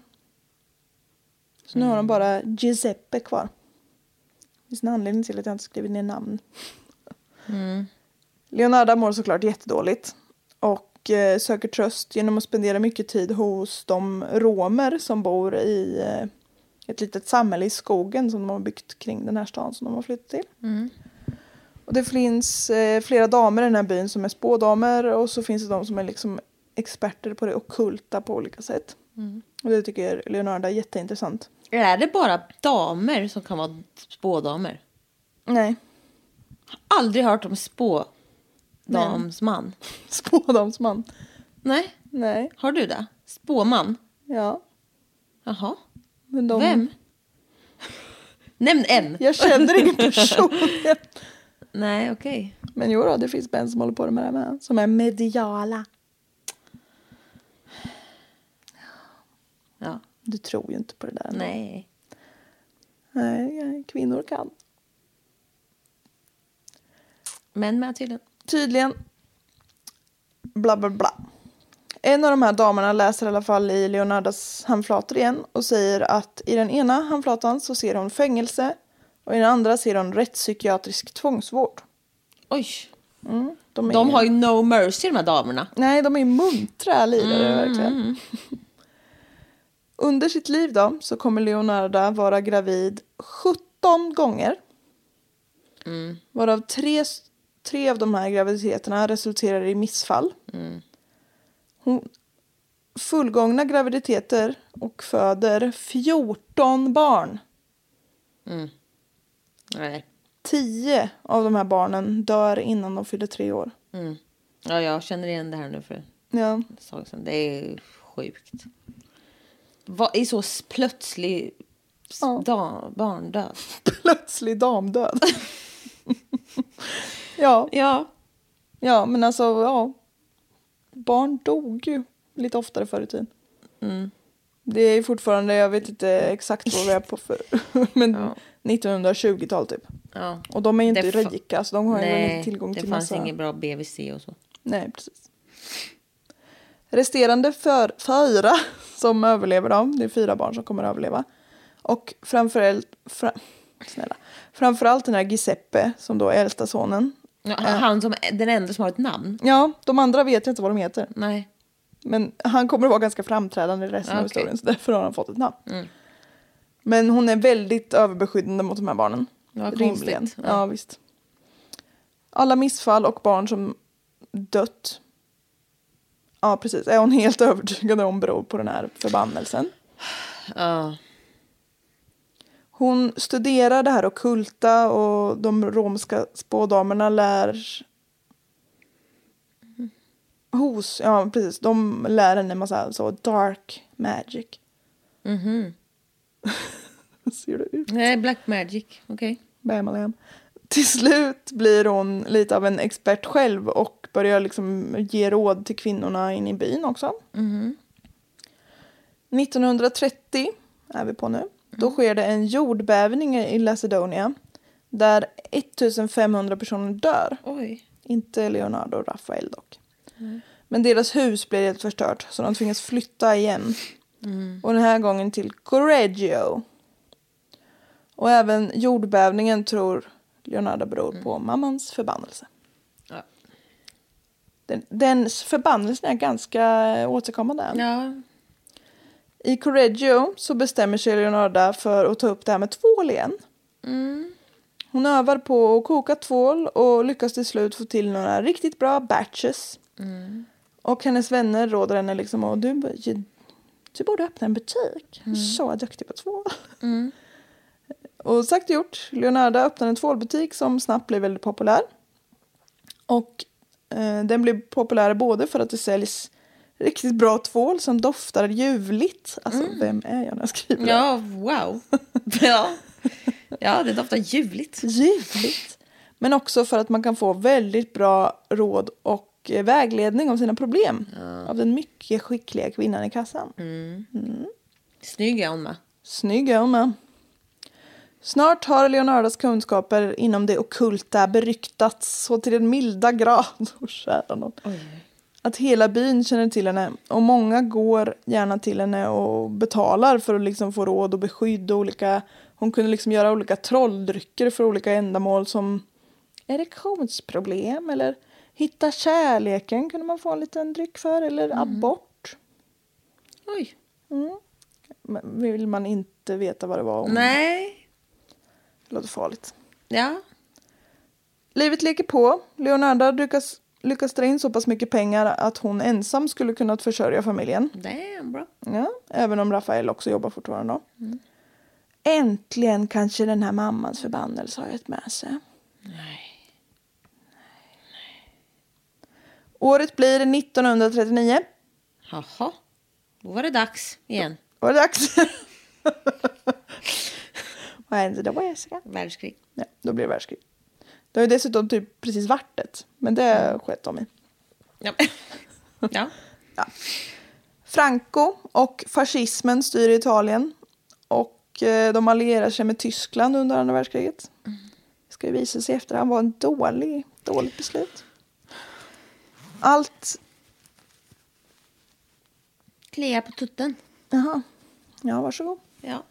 [SPEAKER 1] Så nu har de bara Giuseppe kvar. Det finns en anledning till att jag inte skrivit ner namn. Leonarda mår såklart jättedåligt och eh, söker tröst genom att spendera mycket tid hos de romer som bor i eh, ett litet samhälle i skogen som de har byggt kring den här stan som de har flyttat till. Och det finns eh, flera damer i den här byn som är spådamer och så finns det de som är liksom experter på det ockulta på olika sätt.
[SPEAKER 2] Mm.
[SPEAKER 1] Och det tycker Leonarda är jätteintressant.
[SPEAKER 2] Är det bara damer som kan vara spådamer?
[SPEAKER 1] Nej, (laughs)
[SPEAKER 2] Aldrig hört om spådamsman.
[SPEAKER 1] spådamsman.
[SPEAKER 2] Nej.
[SPEAKER 1] Nej,
[SPEAKER 2] Har du det? Spåman?
[SPEAKER 1] ja.
[SPEAKER 2] Jaha.
[SPEAKER 1] Men de...
[SPEAKER 2] Vem? Nämn en.
[SPEAKER 1] Jag känner ingen person.
[SPEAKER 2] (laughs)
[SPEAKER 1] (laughs)
[SPEAKER 2] Nej, okej.
[SPEAKER 1] Men jo då, det finns män som håller på med det här med. Som är mediala.
[SPEAKER 2] Ja.
[SPEAKER 1] Du tror ju inte på det där.
[SPEAKER 2] Nej.
[SPEAKER 1] Nej, nej, kvinnor kan.
[SPEAKER 2] Men med tydligen.
[SPEAKER 1] Tydligen. Bla, bla, bla. En av de här damerna läser i alla fall i Leonardas handflator igen och säger att i den ena handflatan så ser hon fängelse och i den andra ser hon rättspsykiatrisk tvångsvård.
[SPEAKER 2] Oj.
[SPEAKER 1] De, är,
[SPEAKER 2] De har ju no mercy de här damerna.
[SPEAKER 1] Nej, de är muntra lirare verkligen. (laughs) Under sitt liv då så kommer Leonarda vara gravid 17 gånger. Varav tre, tre av de här graviditeterna resulterar i missfall. Hon fullgångna graviditeter och föder 14 barn.
[SPEAKER 2] Nej.
[SPEAKER 1] 10 av de här barnen dör innan de fyller tre år.
[SPEAKER 2] Ja, jag känner igen det här nu för
[SPEAKER 1] Ja.
[SPEAKER 2] ett tag sedan. Det är sjukt. Vad är så s- plötslig s-
[SPEAKER 1] Ja.
[SPEAKER 2] da- barndöd?
[SPEAKER 1] (laughs) Plötslig
[SPEAKER 2] (laughs)
[SPEAKER 1] damdöd. ja.
[SPEAKER 2] Ja.
[SPEAKER 1] Ja, men alltså, ja. Barn dog ju lite oftare förr i tiden.
[SPEAKER 2] Mm,
[SPEAKER 1] Det är ju fortfarande, jag vet inte exakt vad vi är på för. (laughs) Men 1920-tal typ.
[SPEAKER 2] Ja.
[SPEAKER 1] Och de är ju
[SPEAKER 2] Det
[SPEAKER 1] inte
[SPEAKER 2] fa-
[SPEAKER 1] rika så de har ju
[SPEAKER 2] Nej,
[SPEAKER 1] inte tillgång
[SPEAKER 2] det
[SPEAKER 1] till
[SPEAKER 2] fanns
[SPEAKER 1] massa...
[SPEAKER 2] inget bra BVC och så.
[SPEAKER 1] Nej, precis. Resterande för, fyra som överlever dem, det är fyra barn som kommer att överleva. Och framförallt, fra, snälla, framförallt den här Giuseppe som då är äldsta sonen.
[SPEAKER 2] Ja, han som den enda som har ett namn.
[SPEAKER 1] Ja, de andra vet jag inte vad de heter.
[SPEAKER 2] Nej.
[SPEAKER 1] Men han kommer att vara ganska framträdande i resten av
[SPEAKER 2] Ah, Okej. Mm.
[SPEAKER 1] historien så därför har han fått ett namn. Men hon är väldigt överbeskyddande mot de här barnen.
[SPEAKER 2] Vad
[SPEAKER 1] Ringsten.
[SPEAKER 2] konstigt.
[SPEAKER 1] Ja. visst. Alla missfall och barn som dött. Ja precis, är hon helt (laughs) övertygad om beror på den här förbannelsen.
[SPEAKER 2] Ja.
[SPEAKER 1] Hon studerar det här ockulta och de romska spådamerna lär... Hos, ja precis, de lär henne en massa så dark magic. (laughs) Mhm. Ser du ut?
[SPEAKER 2] Nej, Black Magic. Okej.
[SPEAKER 1] Bam-a-lam. Till slut blir hon lite av en expert själv och börjar liksom ge råd till kvinnorna in i byn också. 1930 är vi på nu. Då sker det en jordbävning i Lacedonia där 1500 personer dör.
[SPEAKER 2] Oj.
[SPEAKER 1] Inte Leonardo och Rafael dock. Men deras hus blir helt förstört så de tvingas flytta igen.
[SPEAKER 2] Mm.
[SPEAKER 1] Och den här gången till Correggio. Och även jordbävningen tror Leonardo beror på mammans förbannelse.
[SPEAKER 2] Mm. Ja.
[SPEAKER 1] Den, dens förbannelsen är ganska återkommande.
[SPEAKER 2] Ja.
[SPEAKER 1] I Correggio så bestämmer sig Leonarda för att ta upp det här med tvål igen. Hon övar på att koka tvål och lyckas till slut få till några riktigt bra batches. Och hennes vänner råder henne liksom att du, b- du borde öppna en butik. Du är Så duktig på tvål. (laughs) Och sagt och gjort, Leonarda öppnar en tvålbutik som snabbt blir väldigt populär. Och eh, den blir populär både för att det säljs riktigt bra tvål som doftar ljuvligt. Alltså vem är jag när jag skriver det?
[SPEAKER 2] Ja, wow. (laughs) ja. ja, det doftar ljuvligt.
[SPEAKER 1] Ljuvligt. Men också för att man kan få väldigt bra råd och eh, vägledning om sina problem av den mycket skickliga kvinnan i kassan.
[SPEAKER 2] Snygg är hon med.
[SPEAKER 1] Snygg är hon med. Snart har Leonardas kunskaper inom det ockulta beryktats så till den milda grad (laughs) och kära nån, att hela byn känner till henne och många går gärna till henne och betalar för att liksom få råd och beskydd och olika hon kunde liksom göra olika trolldrycker för olika ändamål som erektionsproblem eller hitta kärleken kunde man få en liten dryck för eller abort.
[SPEAKER 2] Oj.
[SPEAKER 1] Men vill man inte veta vad det var om.
[SPEAKER 2] Nej.
[SPEAKER 1] Det låter farligt.
[SPEAKER 2] Ja.
[SPEAKER 1] Livet leker på. Leonarda lyckas, lyckas dra in så pass mycket pengar att hon ensam skulle kunna försörja familjen.
[SPEAKER 2] Damn bra.
[SPEAKER 1] Ja, även om Rafael också jobbar fortfarande. då. Äntligen kanske den här mammans förbannelse har gett med sig. Året blir 1939.
[SPEAKER 2] Jaha. Då var det dags igen.
[SPEAKER 1] Var det dags? Vad hände då, Jessica?
[SPEAKER 2] Världskrig.
[SPEAKER 1] Ja, då blir det världskrig. Det har ju dessutom typ precis varit ett, men det sket de i. (laughs)
[SPEAKER 2] Ja. ja.
[SPEAKER 1] Franco och fascismen styr Italien och eh, de allierar sig med Tyskland under andra världskriget. Det ska ju visa sig i efterhand var en dålig, dåligt beslut. Allt...
[SPEAKER 2] Klia på tutten.
[SPEAKER 1] Jaha. Ja, varsågod.
[SPEAKER 2] Ja.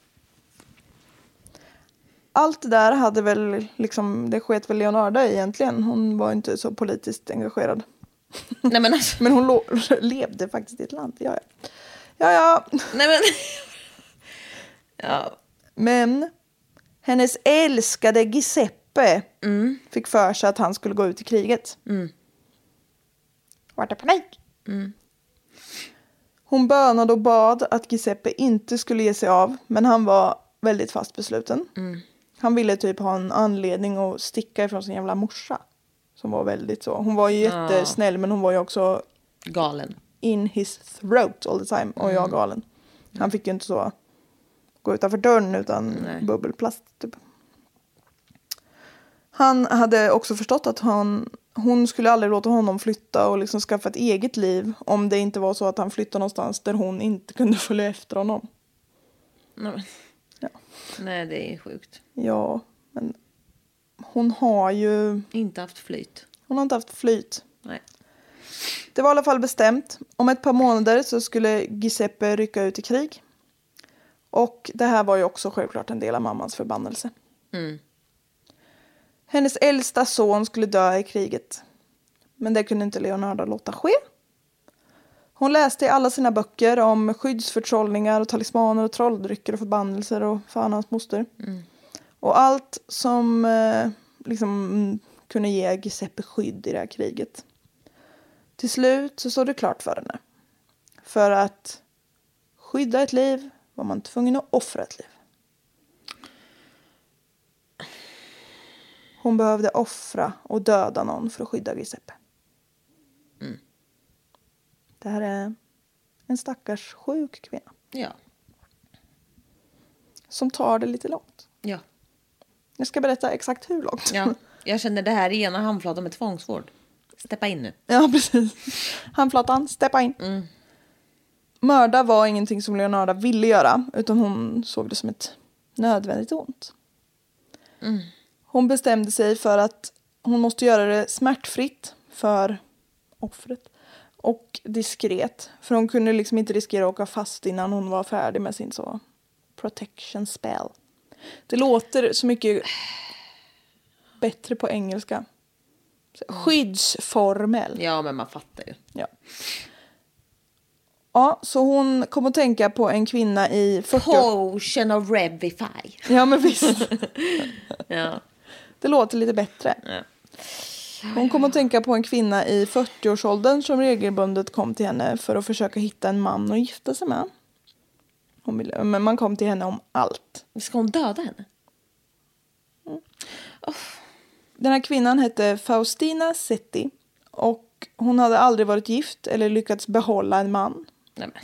[SPEAKER 1] Allt det där hade väl liksom, det sket väl Leonardo i egentligen. Hon var ju inte så politiskt engagerad.
[SPEAKER 2] Nej men alltså.
[SPEAKER 1] Men hon lo- (laughs) levde faktiskt i ett land. Ja, ja. Ja, ja.
[SPEAKER 2] Nej men. (laughs) ja.
[SPEAKER 1] Men hennes älskade Giuseppe fick för sig att han skulle gå ut i kriget. Mm. Vart det panik? Hon bönade och bad att Giuseppe inte skulle ge sig av, men han var väldigt fast besluten. Han ville typ ha en anledning att sticka ifrån sin jävla morsa. Som var väldigt så. Hon var ju jättesnäll, men hon var ju också
[SPEAKER 2] Galen.
[SPEAKER 1] in his throat all the time och jag galen. Han fick ju inte så gå utanför dörren utan bubbelplast typ. Han hade också förstått att hon, hon skulle aldrig låta honom flytta och liksom skaffa ett eget liv om det inte var så (laughs) att han flyttade någonstans där hon inte kunde följa efter honom.
[SPEAKER 2] Nej, men.
[SPEAKER 1] Ja.
[SPEAKER 2] Nej, det är sjukt.
[SPEAKER 1] Ja, men hon har ju...
[SPEAKER 2] Inte haft flyt.
[SPEAKER 1] Hon har inte haft flyt.
[SPEAKER 2] Nej.
[SPEAKER 1] Det var i alla fall bestämt. Om ett par månader så skulle Giuseppe rycka ut i krig. Och det här var ju också självklart en del av mammans förbannelse. Hennes äldsta son skulle dö i kriget. Men det kunde inte Leonardo låta ske. Hon läste i alla sina böcker om skyddsförtrollningar och talismaner och trolldrycker och förbannelser och fan hans moster. Och allt som eh, liksom mm, kunde ge Giuseppe skydd i det här kriget. Till slut så såg det klart för henne. För att skydda ett liv var man tvungen att offra ett liv. Hon behövde offra och döda någon för att skydda Giuseppe. Det här är en stackars sjuk kvinna
[SPEAKER 2] Ja.
[SPEAKER 1] som tar det lite långt.
[SPEAKER 2] Ja.
[SPEAKER 1] Jag ska berätta exakt hur långt.
[SPEAKER 2] ja. Jag känner det här är ena handflatan med tvångsvård. Steppa in nu.
[SPEAKER 1] (laughs) Ja, precis. Handflatan, steppa in. Mörda var ingenting som Leonarda ville göra, utan hon såg det som ett nödvändigt ont. Hon bestämde sig för att hon måste göra det smärtfritt för offret och diskret. För hon kunde liksom inte riskera att åka fast innan hon var färdig med sin så protection spell. Det låter så mycket bättre på engelska. Skyddsformel.
[SPEAKER 2] Ja, men man fattar ju.
[SPEAKER 1] Ja. Ja, så hon kom att tänka på en kvinna i 40
[SPEAKER 2] Potion of Revify.
[SPEAKER 1] Ja, men visst.
[SPEAKER 2] Ja.
[SPEAKER 1] Det låter lite bättre. Hon kom att tänka på en kvinna i 40-årsåldern som regelbundet kom till henne för att försöka hitta en man att gifta sig med. Hon ville, men man kom till henne om allt.
[SPEAKER 2] Ska hon döda henne?
[SPEAKER 1] Den här kvinnan hette Faustina Setti och hon hade aldrig varit gift eller lyckats behålla en man.
[SPEAKER 2] Nej, men.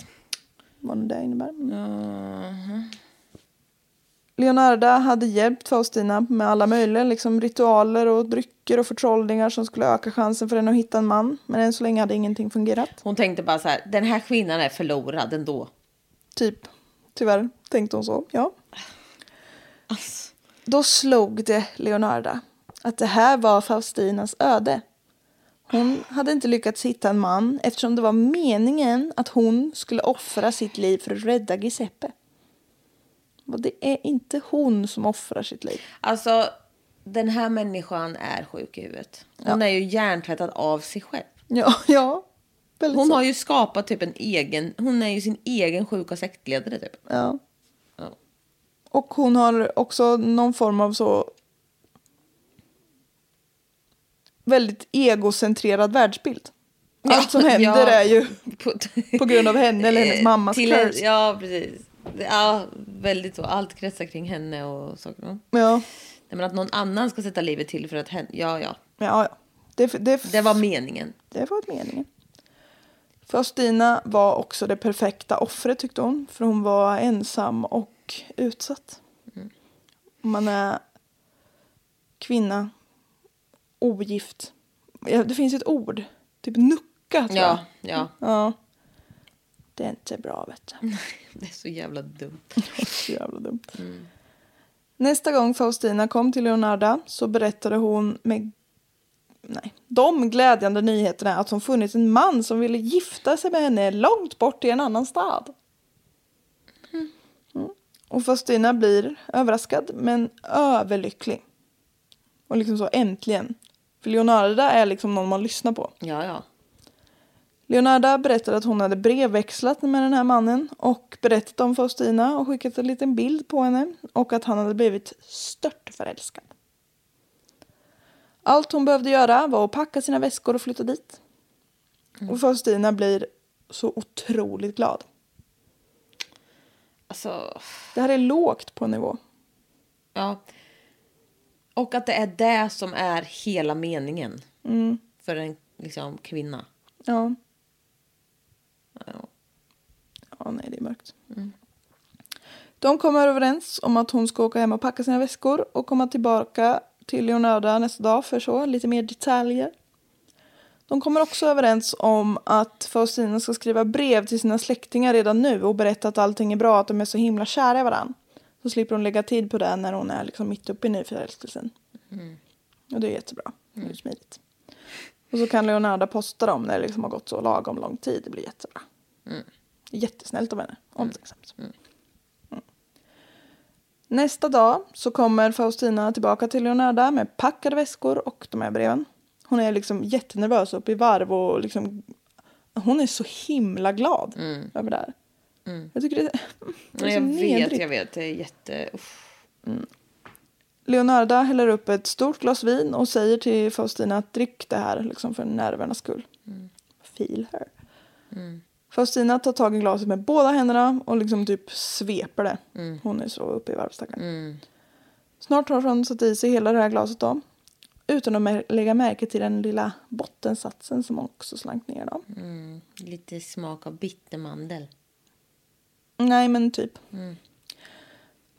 [SPEAKER 1] vad nu det innebär.
[SPEAKER 2] Mm.
[SPEAKER 1] Leonarda hade hjälpt Faustina med alla möjliga liksom ritualer och drycker och förtrollningar som skulle öka chansen för henne att hitta en man. Men än så länge hade ingenting fungerat.
[SPEAKER 2] Hon tänkte bara så här, den här kvinnan är förlorad ändå.
[SPEAKER 1] Typ, tyvärr, tänkte hon så. Ja. Då slog det Leonarda att det här var Faustinas öde. Hon hade inte lyckats hitta en man eftersom det var meningen att hon skulle offra sitt liv för att rädda Giuseppe. Och det är inte hon som offrar sitt liv.
[SPEAKER 2] Alltså, den här människan är sjuk i huvudet. Hon är ju hjärntvättad av sig själv.
[SPEAKER 1] Ja, ja. Väldigt
[SPEAKER 2] Hon
[SPEAKER 1] så.
[SPEAKER 2] har ju skapat typ en egen, hon är ju sin egen sjuka sektledare typ.
[SPEAKER 1] Ja.
[SPEAKER 2] Ja.
[SPEAKER 1] Och hon har också någon form av så väldigt egocentrerad världsbild. Allt som händer
[SPEAKER 2] Ja.
[SPEAKER 1] är ju
[SPEAKER 2] På,
[SPEAKER 1] på grund av henne eller
[SPEAKER 2] (laughs)
[SPEAKER 1] hennes
[SPEAKER 2] Eh,
[SPEAKER 1] mammas
[SPEAKER 2] till en-
[SPEAKER 1] curse. Ja.
[SPEAKER 2] Ja, precis. Ja, väldigt så. Allt kretsar kring henne och saker. Mm.
[SPEAKER 1] Ja,
[SPEAKER 2] Nej, men att någon annan ska sätta livet till för att hen, ja, ja.
[SPEAKER 1] ja. Det, det,
[SPEAKER 2] Det var meningen.
[SPEAKER 1] Det var meningen. Faustina var också det perfekta offret tyckte hon. För hon var ensam och utsatt. Om Man är kvinna, ogift. Ja, det finns ett ord. Typ nucka tror
[SPEAKER 2] Ja, ja.
[SPEAKER 1] jag. ja. Det är inte bra vet du.
[SPEAKER 2] Det är så jävla dumt.
[SPEAKER 1] Så jävla dumt. Nästa gång Faustina kom till Leonarda så berättade hon med nej, de glädjande nyheterna att hon funnit en man som ville gifta sig med henne långt bort i en annan stad. Mm. Och Faustina blir överraskad men överlycklig. Och liksom så äntligen. För Leonarda är liksom någon man lyssnar på.
[SPEAKER 2] Ja, ja.
[SPEAKER 1] Leonarda berättade att hon hade brevväxlat med den här mannen och berättat om Faustina och skickat en liten bild på henne och att han hade blivit stört förälskad. Allt hon behövde göra var att packa sina väskor och flytta dit. Och Faustina blir så otroligt glad.
[SPEAKER 2] Alltså,
[SPEAKER 1] Det här är lågt på nivå.
[SPEAKER 2] ja. Och att det är det som är hela meningen.
[SPEAKER 1] Mm.
[SPEAKER 2] För en liksom, kvinna.
[SPEAKER 1] Ja.
[SPEAKER 2] Ja.
[SPEAKER 1] Ja, nej, det är mörkt. De kommer överens om att hon ska åka hem och packa sina väskor och komma tillbaka till Leonarda nästa dag för så, lite mer detaljer. De kommer också överens om att Faustina ska skriva brev till sina släktingar redan nu och berätta att allting är bra, att de är så himla kära i varandra. Så slipper hon lägga tid på det när hon är liksom mitt uppe i nyförälskelsen. Och det är jättebra. Det
[SPEAKER 2] Mm.
[SPEAKER 1] är smidigt. Och så kan Leonarda posta dem när det liksom har gått så lagom lång tid. Det blir jättebra.
[SPEAKER 2] Mm.
[SPEAKER 1] Jättesnällt av henne. Omtänksamt. Mm. Nästa dag så kommer Faustina tillbaka till Leonarda med packade väskor och de här breven. Hon är liksom jättenervös upp i varv och liksom hon är så himla glad över det här. Jag tycker det är, det är
[SPEAKER 2] Nej,
[SPEAKER 1] så
[SPEAKER 2] Mm. jag vet,
[SPEAKER 1] nedrigt.
[SPEAKER 2] jag vet. Det är jätte... Uff.
[SPEAKER 1] Leonarda häller upp ett stort glas vin och säger till Faustina att drick det här liksom för nervernas skull. Feel her. Faustina tar tag i glaset med båda händerna och liksom typ sveper det. Hon är så uppe i varv stackarn. Snart har hon satt i sig hela det här glaset då. Utan att mer- lägga märke till den lilla bottensatsen som också slank ner då.
[SPEAKER 2] Lite smak av bittermandel.
[SPEAKER 1] Nej, men typ.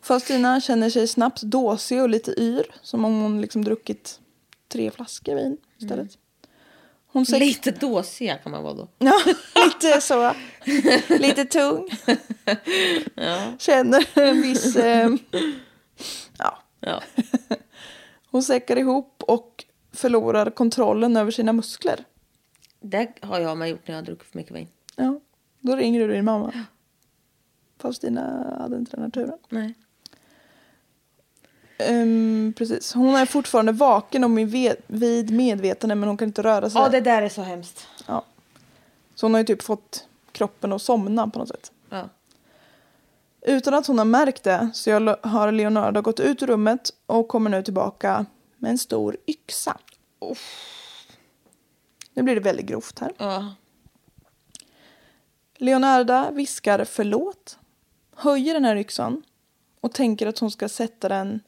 [SPEAKER 1] Faustina känner sig snabbt dåsig och lite yr, som om hon liksom druckit tre flaskor vin istället. Hon säger...
[SPEAKER 2] Lite dåsiga kan man vara då.
[SPEAKER 1] Ja, (laughs) lite så. Lite tung. Känner en viss... Eh, ja.
[SPEAKER 2] Ja.
[SPEAKER 1] Hon säckar ihop och förlorar kontrollen över sina muskler.
[SPEAKER 2] (laughs) Det har jag med gjort när jag har druckit för mycket vin.
[SPEAKER 1] Ja. Då ringer du din mamma. Faustina hade inte den här turen.
[SPEAKER 2] Nej.
[SPEAKER 1] Ehm, precis. Hon är fortfarande vaken och med- vid medvetande men hon kan inte röra sig.
[SPEAKER 2] Ja, det där är så hemskt.
[SPEAKER 1] Ja. Så hon har ju typ fått kroppen att somna på något sätt.
[SPEAKER 2] Ja.
[SPEAKER 1] Utan att hon har märkt det så jag lo- har Leonardo gått ut ur rummet och kommer nu tillbaka med en stor yxa. Nu blir det väldigt grovt här.
[SPEAKER 2] Ja.
[SPEAKER 1] Leonarda viskar förlåt, höjer den här yxan och tänker att hon ska sätta den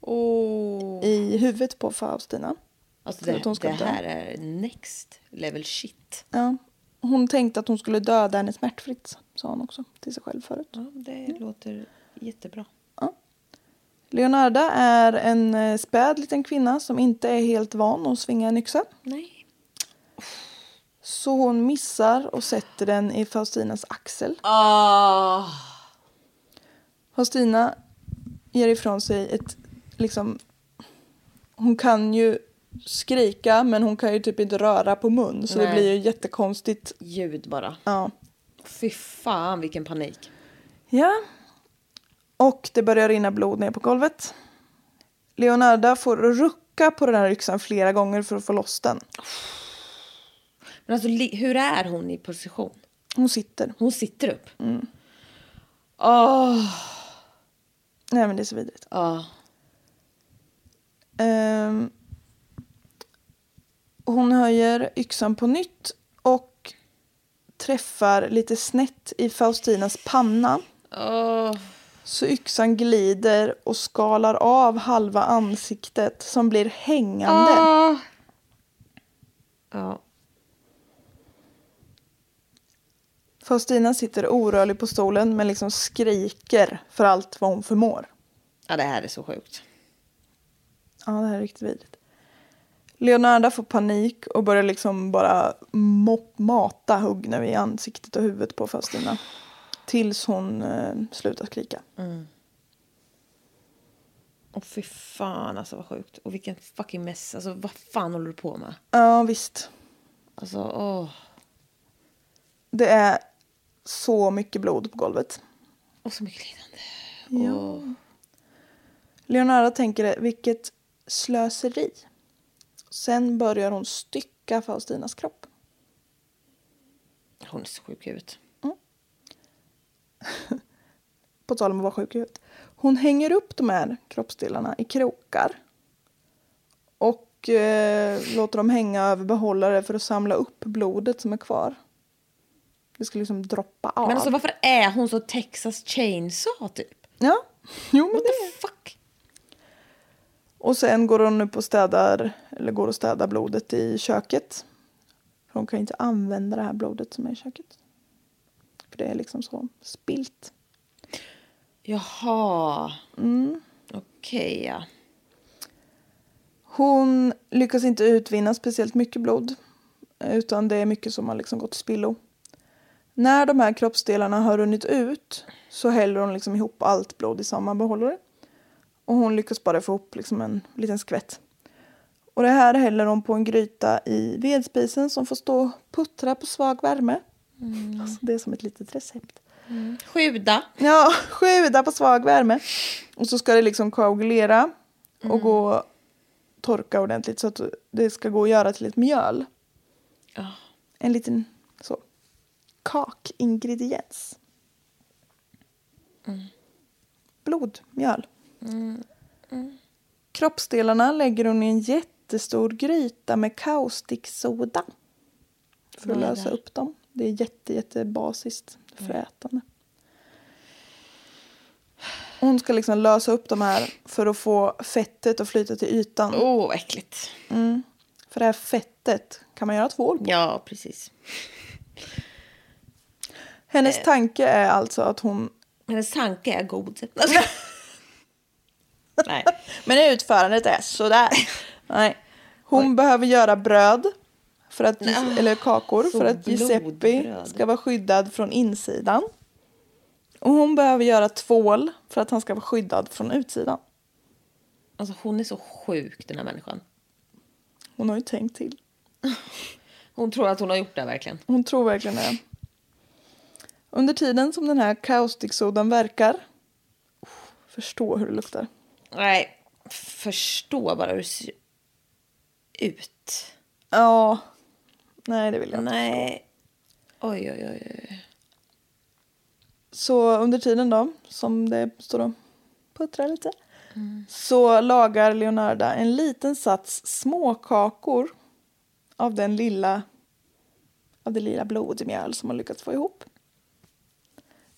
[SPEAKER 2] Oh.
[SPEAKER 1] i huvudet på Faustina.
[SPEAKER 2] Alltså
[SPEAKER 1] Så att hon
[SPEAKER 2] det,
[SPEAKER 1] ska
[SPEAKER 2] det
[SPEAKER 1] dö.
[SPEAKER 2] här är next level shit.
[SPEAKER 1] Ja. Hon tänkte att hon skulle döda henne smärtfritt, sa hon också till sig själv förut.
[SPEAKER 2] Ja, det låter jättebra.
[SPEAKER 1] Leonarda är en eh, späd liten kvinna som inte är helt van att svinga en yxa.
[SPEAKER 2] Nej.
[SPEAKER 1] Så hon missar och sätter den i Faustinas axel.
[SPEAKER 2] Ah.
[SPEAKER 1] Faustina ger ifrån sig ett, liksom... Hon kan ju skrika men hon kan ju typ inte röra på mun så det
[SPEAKER 2] Nej.
[SPEAKER 1] blir ju jättekonstigt.
[SPEAKER 2] Ljud bara.
[SPEAKER 1] Ja.
[SPEAKER 2] Fy fan vilken panik.
[SPEAKER 1] Ja. Och det börjar rinna blod ner på golvet. Leonarda får rucka på den här yxan flera gånger för att få loss den.
[SPEAKER 2] Men alltså li- hur är hon i position?
[SPEAKER 1] Hon sitter.
[SPEAKER 2] Hon sitter upp. Ah. Ja.
[SPEAKER 1] Nej men det är så vidrigt.
[SPEAKER 2] Ah.
[SPEAKER 1] Ehm, hon höjer yxan på nytt och träffar lite snett i Faustinas panna.
[SPEAKER 2] Ah.
[SPEAKER 1] Så yxan glider och skalar av halva ansiktet som blir hängande.
[SPEAKER 2] Ja.
[SPEAKER 1] Faustina sitter orörlig på stolen men liksom skriker för allt vad hon förmår.
[SPEAKER 2] Ja, det här är så sjukt.
[SPEAKER 1] Ja, det här är riktigt vidrigt. Leonarda får panik och börjar liksom bara mo- mata hugg nu i ansiktet och huvudet på Faustina. Tills hon eh, slutar skrika.
[SPEAKER 2] Åh fy fan alltså vad sjukt. Och vilken fucking mess. Alltså vad fan håller du på med?
[SPEAKER 1] Ja, visst.
[SPEAKER 2] Alltså åh.
[SPEAKER 1] Det är så mycket blod på golvet.
[SPEAKER 2] Och så mycket lidande.
[SPEAKER 1] Ja. Leonarda tänker vilket slöseri. Sen börjar hon stycka Faustinas kropp.
[SPEAKER 2] Hon är så sjuk i huvudet.
[SPEAKER 1] på tal om att vara sjuk i huvudet. Hon hänger upp de här kroppsdelarna i krokar. Och eh, låter dem hänga över behållare för att samla upp blodet som är kvar. Det ska liksom droppa av.
[SPEAKER 2] Men alltså varför är hon så Texas Chainsaw typ?
[SPEAKER 1] Ja, jo men
[SPEAKER 2] What
[SPEAKER 1] det.
[SPEAKER 2] the fuck?
[SPEAKER 1] Och sen går hon upp och städar, eller går och städar blodet i köket. För hon kan ju inte använda det här blodet som är i köket. För det är liksom så spilt.
[SPEAKER 2] Jaha. Mm. Okej ja.
[SPEAKER 1] Hon lyckas inte utvinna speciellt mycket blod. Utan det är mycket som har liksom gått till spillo. När de här kroppsdelarna har runnit ut så häller hon liksom ihop allt blod i samma behållare. Och hon lyckas bara få ihop liksom en liten skvätt. Och det här häller hon på en gryta i vedspisen som får stå och puttra på svag värme. Alltså, det är som ett litet recept.
[SPEAKER 2] Sjuda.
[SPEAKER 1] Ja, sjuda på svag värme. Och så ska det liksom koagulera och gå torka ordentligt så att det ska gå att göra till ett mjöl. En liten så kakingrediens. Blod, mjöl. Kroppsdelarna lägger hon i en jättestor gryta med kaustiksoda. För att lösa upp dem. Det är jätte, jätte basiskt frätande. Hon ska liksom lösa upp de här för att få fettet att flyta till ytan.
[SPEAKER 2] Åh, vad äckligt.
[SPEAKER 1] För det här fettet kan man göra tvål på.
[SPEAKER 2] Ja, precis.
[SPEAKER 1] Hennes tanke är alltså att hon...
[SPEAKER 2] Hennes tanke är god. Alltså.
[SPEAKER 1] (laughs)
[SPEAKER 2] Nej.
[SPEAKER 1] Men utförandet är sådär. Nej. Ah, Hon behöver göra bröd, för att, eller kakor, för att Giuseppe
[SPEAKER 2] blodbröd.
[SPEAKER 1] ska vara skyddad från insidan. Och hon behöver göra tvål för att han ska vara skyddad från utsidan.
[SPEAKER 2] Alltså, hon är så sjuk, den här människan.
[SPEAKER 1] Hon har ju tänkt till.
[SPEAKER 2] Hon tror att hon har gjort det här, verkligen.
[SPEAKER 1] Hon tror verkligen det. Under tiden som den här kaustiksodan verkar... Oh, Förstå hur det luktar.
[SPEAKER 2] Nej, förstå bara hur det ser ut.
[SPEAKER 1] Ja. Nej, det vill jag inte.
[SPEAKER 2] Nej. Oj, oj, oj. oj.
[SPEAKER 1] Så under tiden då, som det står och puttrar lite, så lagar Leonarda en liten sats småkakor av den lilla av det lilla blodmjöl som hon lyckats få ihop.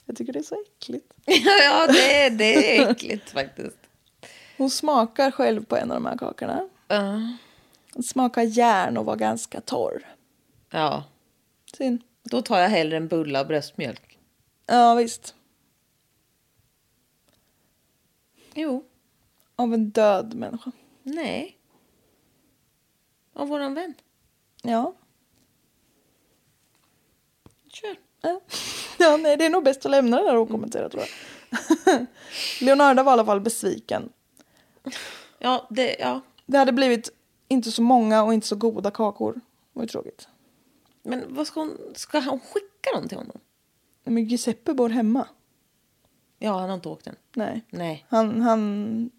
[SPEAKER 1] Jag tycker det är så äckligt.
[SPEAKER 2] (laughs) ja, det, det är äckligt faktiskt.
[SPEAKER 1] Hon smakar själv på en av de här kakorna. Den smakar järn och var ganska torr.
[SPEAKER 2] Ja,
[SPEAKER 1] Synd.
[SPEAKER 2] då tar jag hellre en bulle av bröstmjölk.
[SPEAKER 1] Ja, visst.
[SPEAKER 2] Jo,
[SPEAKER 1] Av en död människa.
[SPEAKER 2] nej. Av våran vän.
[SPEAKER 1] Ja.
[SPEAKER 2] Kör.
[SPEAKER 1] Ja. Ja, nej, det är nog bäst att lämna det där okommenterat tror jag. Leonardo var i alla fall besviken.
[SPEAKER 2] Ja, det, ja.
[SPEAKER 1] Det hade blivit inte så många och inte så goda kakor. Det var ju tråkigt.
[SPEAKER 2] Men vad ska hon, ska hon skicka dem till honom?
[SPEAKER 1] Nej, Men Giuseppe bor hemma.
[SPEAKER 2] Ja, han har inte åkt än.
[SPEAKER 1] Nej.
[SPEAKER 2] Nej.
[SPEAKER 1] Han, han,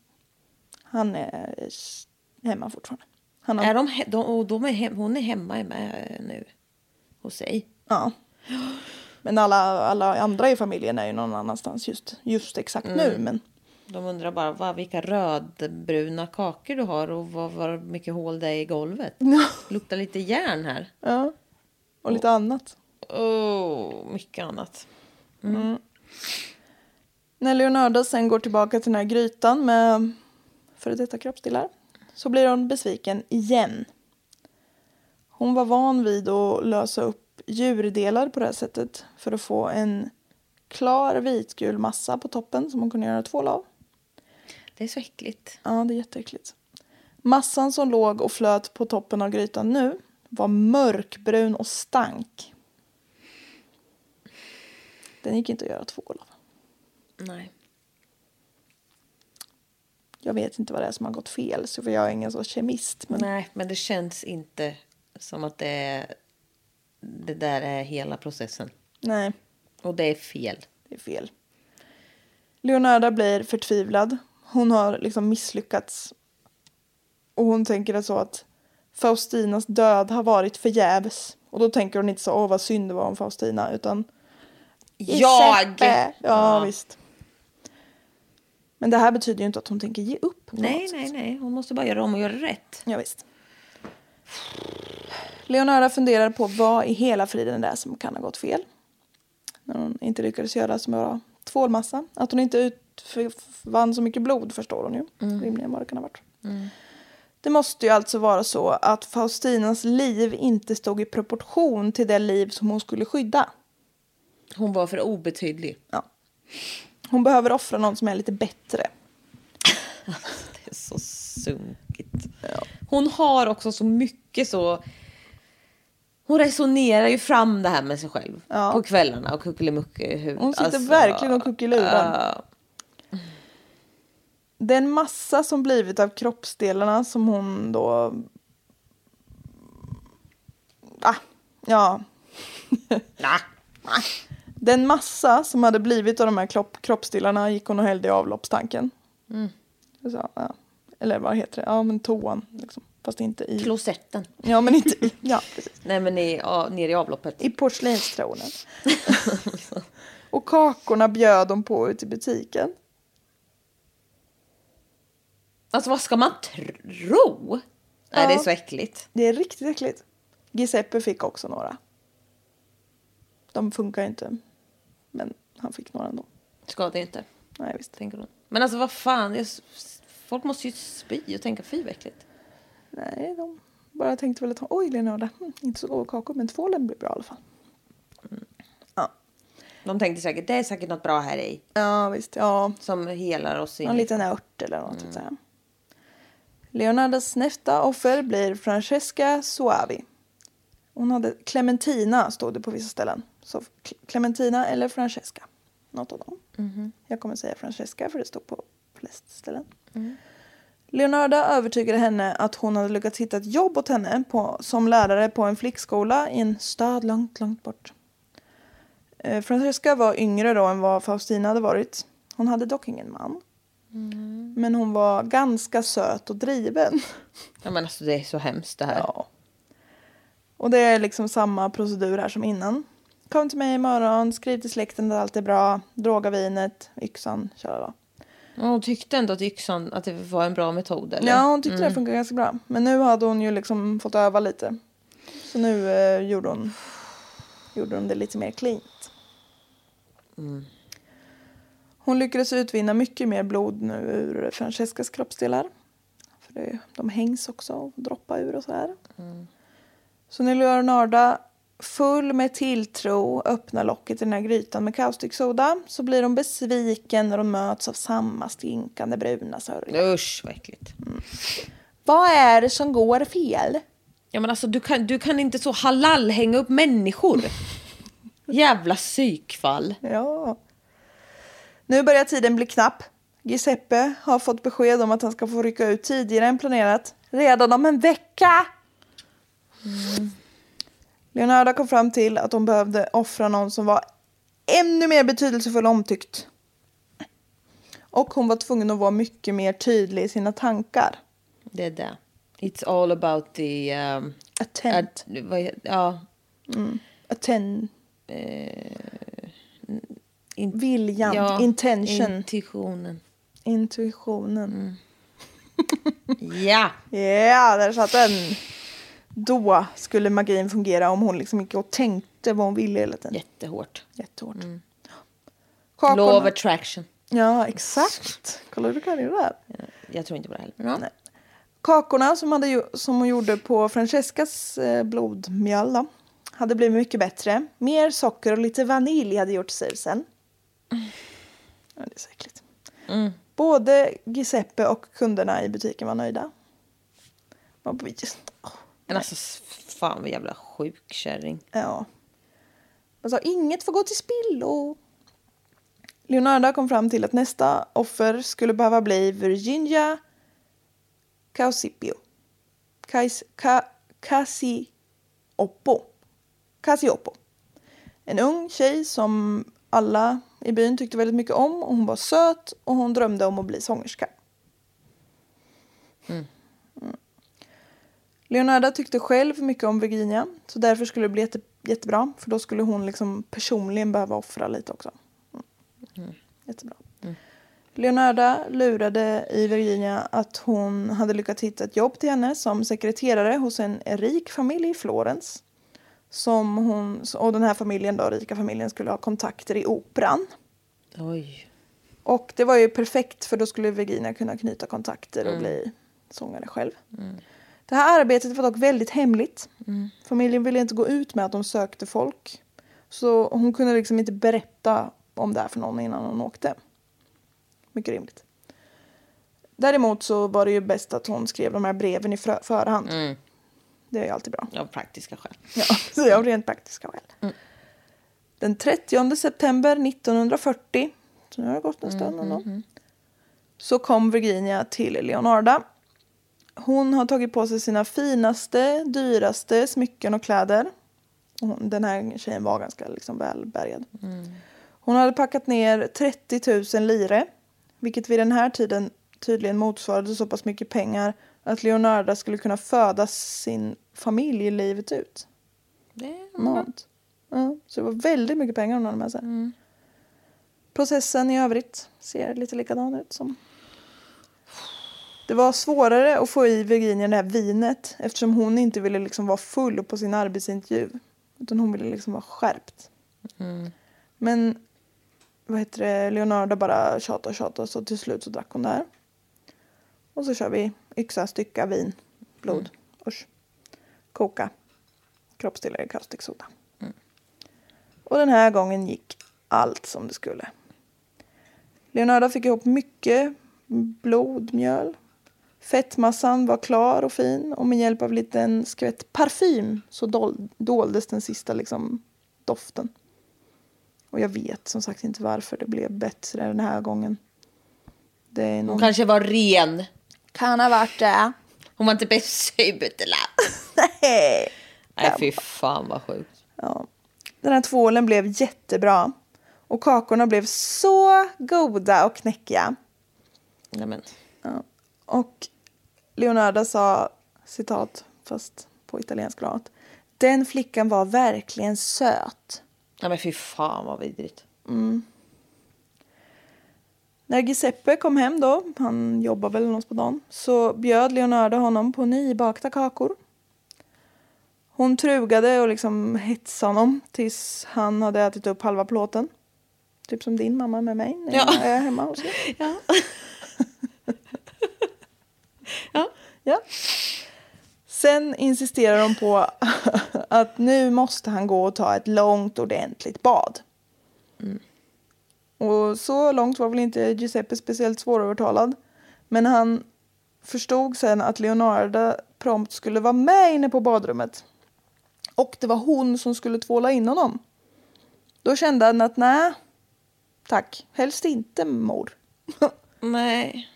[SPEAKER 1] han är s- hemma fortfarande. Han har,
[SPEAKER 2] Är de, he- de, och de är hem, hon är hemma med eh, nu hos sig.
[SPEAKER 1] Ja. Men alla, alla andra i familjen är ju någon annanstans just, just exakt nu. Men
[SPEAKER 2] De undrar bara vad, vilka rödbruna kakor du har och vad, vad mycket hål det är i (laughs) golvet. Luktar lite järn här.
[SPEAKER 1] ja. Och lite annat.
[SPEAKER 2] Oh, mycket annat.
[SPEAKER 1] När Leonardo sen går tillbaka till den här grytan med före detta kroppsdelar så blir hon besviken igen. Hon var van vid att lösa upp djurdelar på det här sättet för att få en klar vitgul massa på toppen som hon kunde göra tvål av.
[SPEAKER 2] Det är så äckligt.
[SPEAKER 1] Ja, det är jätteäckligt. Massan som låg och flöt på toppen av grytan nu var mörkbrun och stank. Den gick inte att göra tvål av.
[SPEAKER 2] Nej.
[SPEAKER 1] Jag vet inte vad det är som har gått fel, så för jag är ingen så kemist. Men
[SPEAKER 2] Nej, men det känns inte som att det, är, det där är hela processen.
[SPEAKER 1] nej,
[SPEAKER 2] Och det är fel.
[SPEAKER 1] det är fel. Leonarda blir förtvivlad. Hon har liksom misslyckats. Och hon tänker det så att Faustinas död har varit förgäves. Och då tänker hon inte så, åh vad synd det var om Faustina, utan
[SPEAKER 2] Jag!
[SPEAKER 1] Ja, ja, visst. Men det här betyder ju inte att hon tänker ge upp. på
[SPEAKER 2] Nej,
[SPEAKER 1] något sätt.
[SPEAKER 2] nej, nej. Hon måste bara göra om och göra rätt.
[SPEAKER 1] Ja, visst. Leonarda funderar på vad i hela friden det är som kan ha gått fel. När hon inte lyckades göra så bra tvålmassa. Att hon inte utvann så mycket blod förstår hon ju. Rimligen vad det kan ha varit. Det måste ju alltså vara så att Faustinas liv inte stod i proportion till det liv som hon skulle skydda.
[SPEAKER 2] Hon var för obetydlig.
[SPEAKER 1] Ja. Hon behöver offra någon som är lite bättre.
[SPEAKER 2] Det är så sunkigt. Hon har också så mycket så... Hon resonerar ju fram det här med sig själv
[SPEAKER 1] Ja.
[SPEAKER 2] på kvällarna och kuckelimuckehuvud.
[SPEAKER 1] Hon sitter verkligen och kuckelurar.
[SPEAKER 2] Alltså, ja.
[SPEAKER 1] Den massa som blivit av kroppsdelarna som hon då... Ah, ja. Den massa som hade blivit av de här kropp, kroppsdelarna gick hon och hällde i avloppstanken. Mm. Så, ja. Eller vad heter det? Ja, men toan. Liksom. Fast inte i...
[SPEAKER 2] Klosetten.
[SPEAKER 1] Ja, men inte i. Ja, precis.
[SPEAKER 2] Nej men i, ja, ner i avloppet.
[SPEAKER 1] I porslinstronen. (laughs) och kakorna bjöd de på ute i butiken.
[SPEAKER 2] Alltså vad ska man tro? Nej det är så äckligt.
[SPEAKER 1] Det är riktigt äckligt. Giuseppe fick också några. De funkar ju inte. Men han fick några ändå.
[SPEAKER 2] Skadar ju inte.
[SPEAKER 1] Nej, visst.
[SPEAKER 2] Tänker hon. Men alltså vad fan. Det är, s- folk måste ju spy och tänka fy vad äckligt.
[SPEAKER 1] Nej, de bara tänkte väl att oj, Leonarda, hm, inte så goda kakor, men tvålen blir bra i alla fall.
[SPEAKER 2] De tänkte säkert det är säkert något bra här i.
[SPEAKER 1] Ja, visst. Ja,
[SPEAKER 2] Som helar oss in.
[SPEAKER 1] någon liten ört eller något sånt där. Leonardas nästa offer blir Francesca Suavi. Hon hade Clementina, stod det på vissa ställen. Så Cle- Clementina eller Francesca. Något av dem. Jag kommer säga Francesca för det stod på flest ställen. Leonarda övertygade henne att hon hade lyckats hitta ett jobb åt henne på, som lärare på en flickskola i en stad långt, långt bort. Eh, Francesca var yngre då än vad Faustina hade varit. Hon hade dock ingen man. Men hon var ganska söt och driven.
[SPEAKER 2] Ja men alltså det är så hemskt det här.
[SPEAKER 1] Ja. (laughs) Och det är liksom samma procedur här som innan. Kom till mig imorgon, skriv till släkten att allt är bra, droga vinet, yxan, köra då.
[SPEAKER 2] Och Hon tyckte ändå att yxan att det var en bra metod eller?
[SPEAKER 1] Ja, hon tyckte det funkade ganska bra. Men nu hade hon ju liksom fått öva lite. Så nu eh, gjorde, hon, gjorde hon det lite mer cleant. Hon lyckades utvinna mycket mer blod nu ur Francescas kroppsdelar. För det, de hängs också och droppar ur och sådär. Så när Leonarda full med tilltro öppnar locket i den här grytan med kaustiksoda så blir hon besviken när hon möts av samma stinkande bruna sörja.
[SPEAKER 2] Usch vad äckligt.
[SPEAKER 1] Vad är det som går fel?
[SPEAKER 2] Ja men alltså du kan, du kan inte så halal hänga
[SPEAKER 1] (laughs)
[SPEAKER 2] upp människor. Jävla psykfall.
[SPEAKER 1] Ja. Nu börjar tiden bli knapp. Giuseppe har fått besked om att han ska få rycka ut tidigare än planerat. Redan om en vecka! Mm. Leonarda kom fram till att hon behövde offra någon som var ännu mer betydelsefull och omtyckt. Och hon var tvungen att vara mycket mer tydlig i sina tankar.
[SPEAKER 2] Det är det. It's all about the... Um,
[SPEAKER 1] Attent.
[SPEAKER 2] ad- vad heter- ja,
[SPEAKER 1] Atten.
[SPEAKER 2] in-
[SPEAKER 1] Viljan. Intention.
[SPEAKER 2] Intuitionen.
[SPEAKER 1] Intuitionen.
[SPEAKER 2] Ja.
[SPEAKER 1] Ja, där satt den. Då skulle magin fungera om hon liksom gick och tänkte vad hon ville hela tiden.
[SPEAKER 2] Jättehårt.
[SPEAKER 1] Jättehårt. Kakorna.
[SPEAKER 2] Law of attraction.
[SPEAKER 1] Ja, exakt. Kolla, du kan ju det här.
[SPEAKER 2] Jag tror inte på det heller. Men, ja.
[SPEAKER 1] Kakorna som, hade, ju- som hon gjorde på Francescas eh, blodmjöl då, hade blivit mycket bättre. Mer socker och lite vanilj hade gjort susen. Ja, det är så äckligt. Både Giuseppe och kunderna i butiken var nöjda. Man bara, just, åh.
[SPEAKER 2] men alltså s- fan vad jävla sjuk kärring.
[SPEAKER 1] Ja. Man sa inget får gå till spillo. Leonarda kom fram till att nästa offer skulle behöva bli Virginia Causipio. Kais, ka, Casiopo. Casiopo. En ung tjej som alla i byn tyckte väldigt mycket om och hon var söt och hon drömde om att bli sångerska. Leonarda tyckte själv mycket om Virginia så därför skulle det bli jätte, jättebra för då skulle hon liksom personligen behöva offra lite också. Mm. Jättebra. Leonarda lurade i Virginia att hon hade lyckats hitta ett jobb till henne som sekreterare hos en rik familj i Florens. Som hon, och den här familjen då, rika familjen skulle ha kontakter i operan.
[SPEAKER 2] Oj.
[SPEAKER 1] Och det var ju perfekt för då skulle Virginia kunna knyta kontakter och bli sångare själv. Det här arbetet var dock väldigt hemligt. Familjen ville inte gå ut med att de sökte folk. Så hon kunde liksom inte berätta om det här för någon innan hon åkte. Mycket rimligt. Däremot så var det ju bäst att hon skrev de här breven i frö- förhand. Det är ju alltid bra.
[SPEAKER 2] Av praktiska skäl.
[SPEAKER 1] Ja, (laughs) så av rent praktiska skäl. Den 30 september 1940, så nu har det gått en stund ändå, så kom Virginia till Leonarda. Hon har tagit på sig sina finaste, dyraste smycken och kläder. Och hon- Den här tjejen var ganska liksom välbärgad. Hon hade packat ner 30 000 lire, vilket vid den här tiden tydligen motsvarade så pass mycket pengar att Leonarda skulle kunna föda sin familj livet ut mat. Ja, så det var väldigt mycket pengar hon hade med sig. Processen i övrigt ser lite likadan ut som... Det var svårare att få i Virginia det här vinet eftersom hon inte ville liksom vara full på sin arbetsintervju. Utan hon ville liksom vara skärpt. Men vad heter det? Leonardo bara tjatade och tjatade så till slut så drack hon det här. Och så kör vi yxa, stycka, vin, blod, usch, koka kroppsdelar i kaustik soda. Och den här gången gick allt som det skulle. Leonardo fick ihop mycket blod, mjöl. Fettmassan var klar och fin och med hjälp av en liten skvätt parfym så dol- doldes den sista liksom, doften. Och jag vet som sagt inte varför det blev bättre den här gången. Det är någon...
[SPEAKER 2] Hon kanske var ren.
[SPEAKER 1] kan ha varit det.
[SPEAKER 2] Hon var inte besudlad.
[SPEAKER 1] (laughs) Nej.
[SPEAKER 2] Nej, fy fan vad sjukt.
[SPEAKER 1] Ja. Den här tvålen blev jättebra. Och kakorna blev så goda och knäckiga.
[SPEAKER 2] Nej, men.
[SPEAKER 1] Och Leonardo sa, citat, fast på italiensk då, att Den flickan var verkligen söt.
[SPEAKER 2] Nej, men fy fan vad vidrigt.
[SPEAKER 1] När Giuseppe kom hem då, han jobbar väl någonstans på dagen, så bjöd Leonardo honom på nybakta kakor. Hon trugade och liksom hetsade honom tills han hade ätit upp halva plåten. Typ som din mamma med mig när jag är hemma alltså. hos er.
[SPEAKER 2] Ja.
[SPEAKER 1] Ja. Sen insisterar de på (laughs) att nu måste han gå och ta ett långt ordentligt bad. Och så långt var väl inte Giuseppe speciellt svårövertalad. Men han förstod sen att Leonarda prompt skulle vara med inne på badrummet. Och det var hon som skulle tvåla in honom. Då kände han att nej, tack, helst inte mor. (laughs)
[SPEAKER 2] Nej.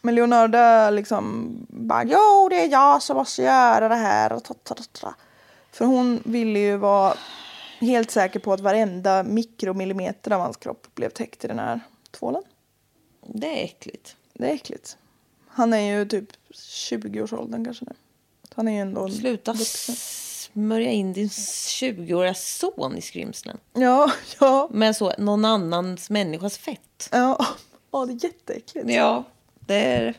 [SPEAKER 1] Men Leonardo liksom bara jo det är jag som måste göra det här. Och ta, ta, ta, ta. För hon ville ju vara helt säker på att varenda mikromillimeter av hans kropp blev täckt i den här tvålen.
[SPEAKER 2] Det är äckligt.
[SPEAKER 1] Det är äckligt. Han är ju typ 20-årsåldern kanske nu. Han är ju ändå en
[SPEAKER 2] Sluta
[SPEAKER 1] vuxen.
[SPEAKER 2] smörja in din 20-åriga son i skrymslen.
[SPEAKER 1] Ja, (laughs) ja,
[SPEAKER 2] Med så någon annans människas fett.
[SPEAKER 1] ja. Ja, det är jätteäckligt.
[SPEAKER 2] Ja, det är...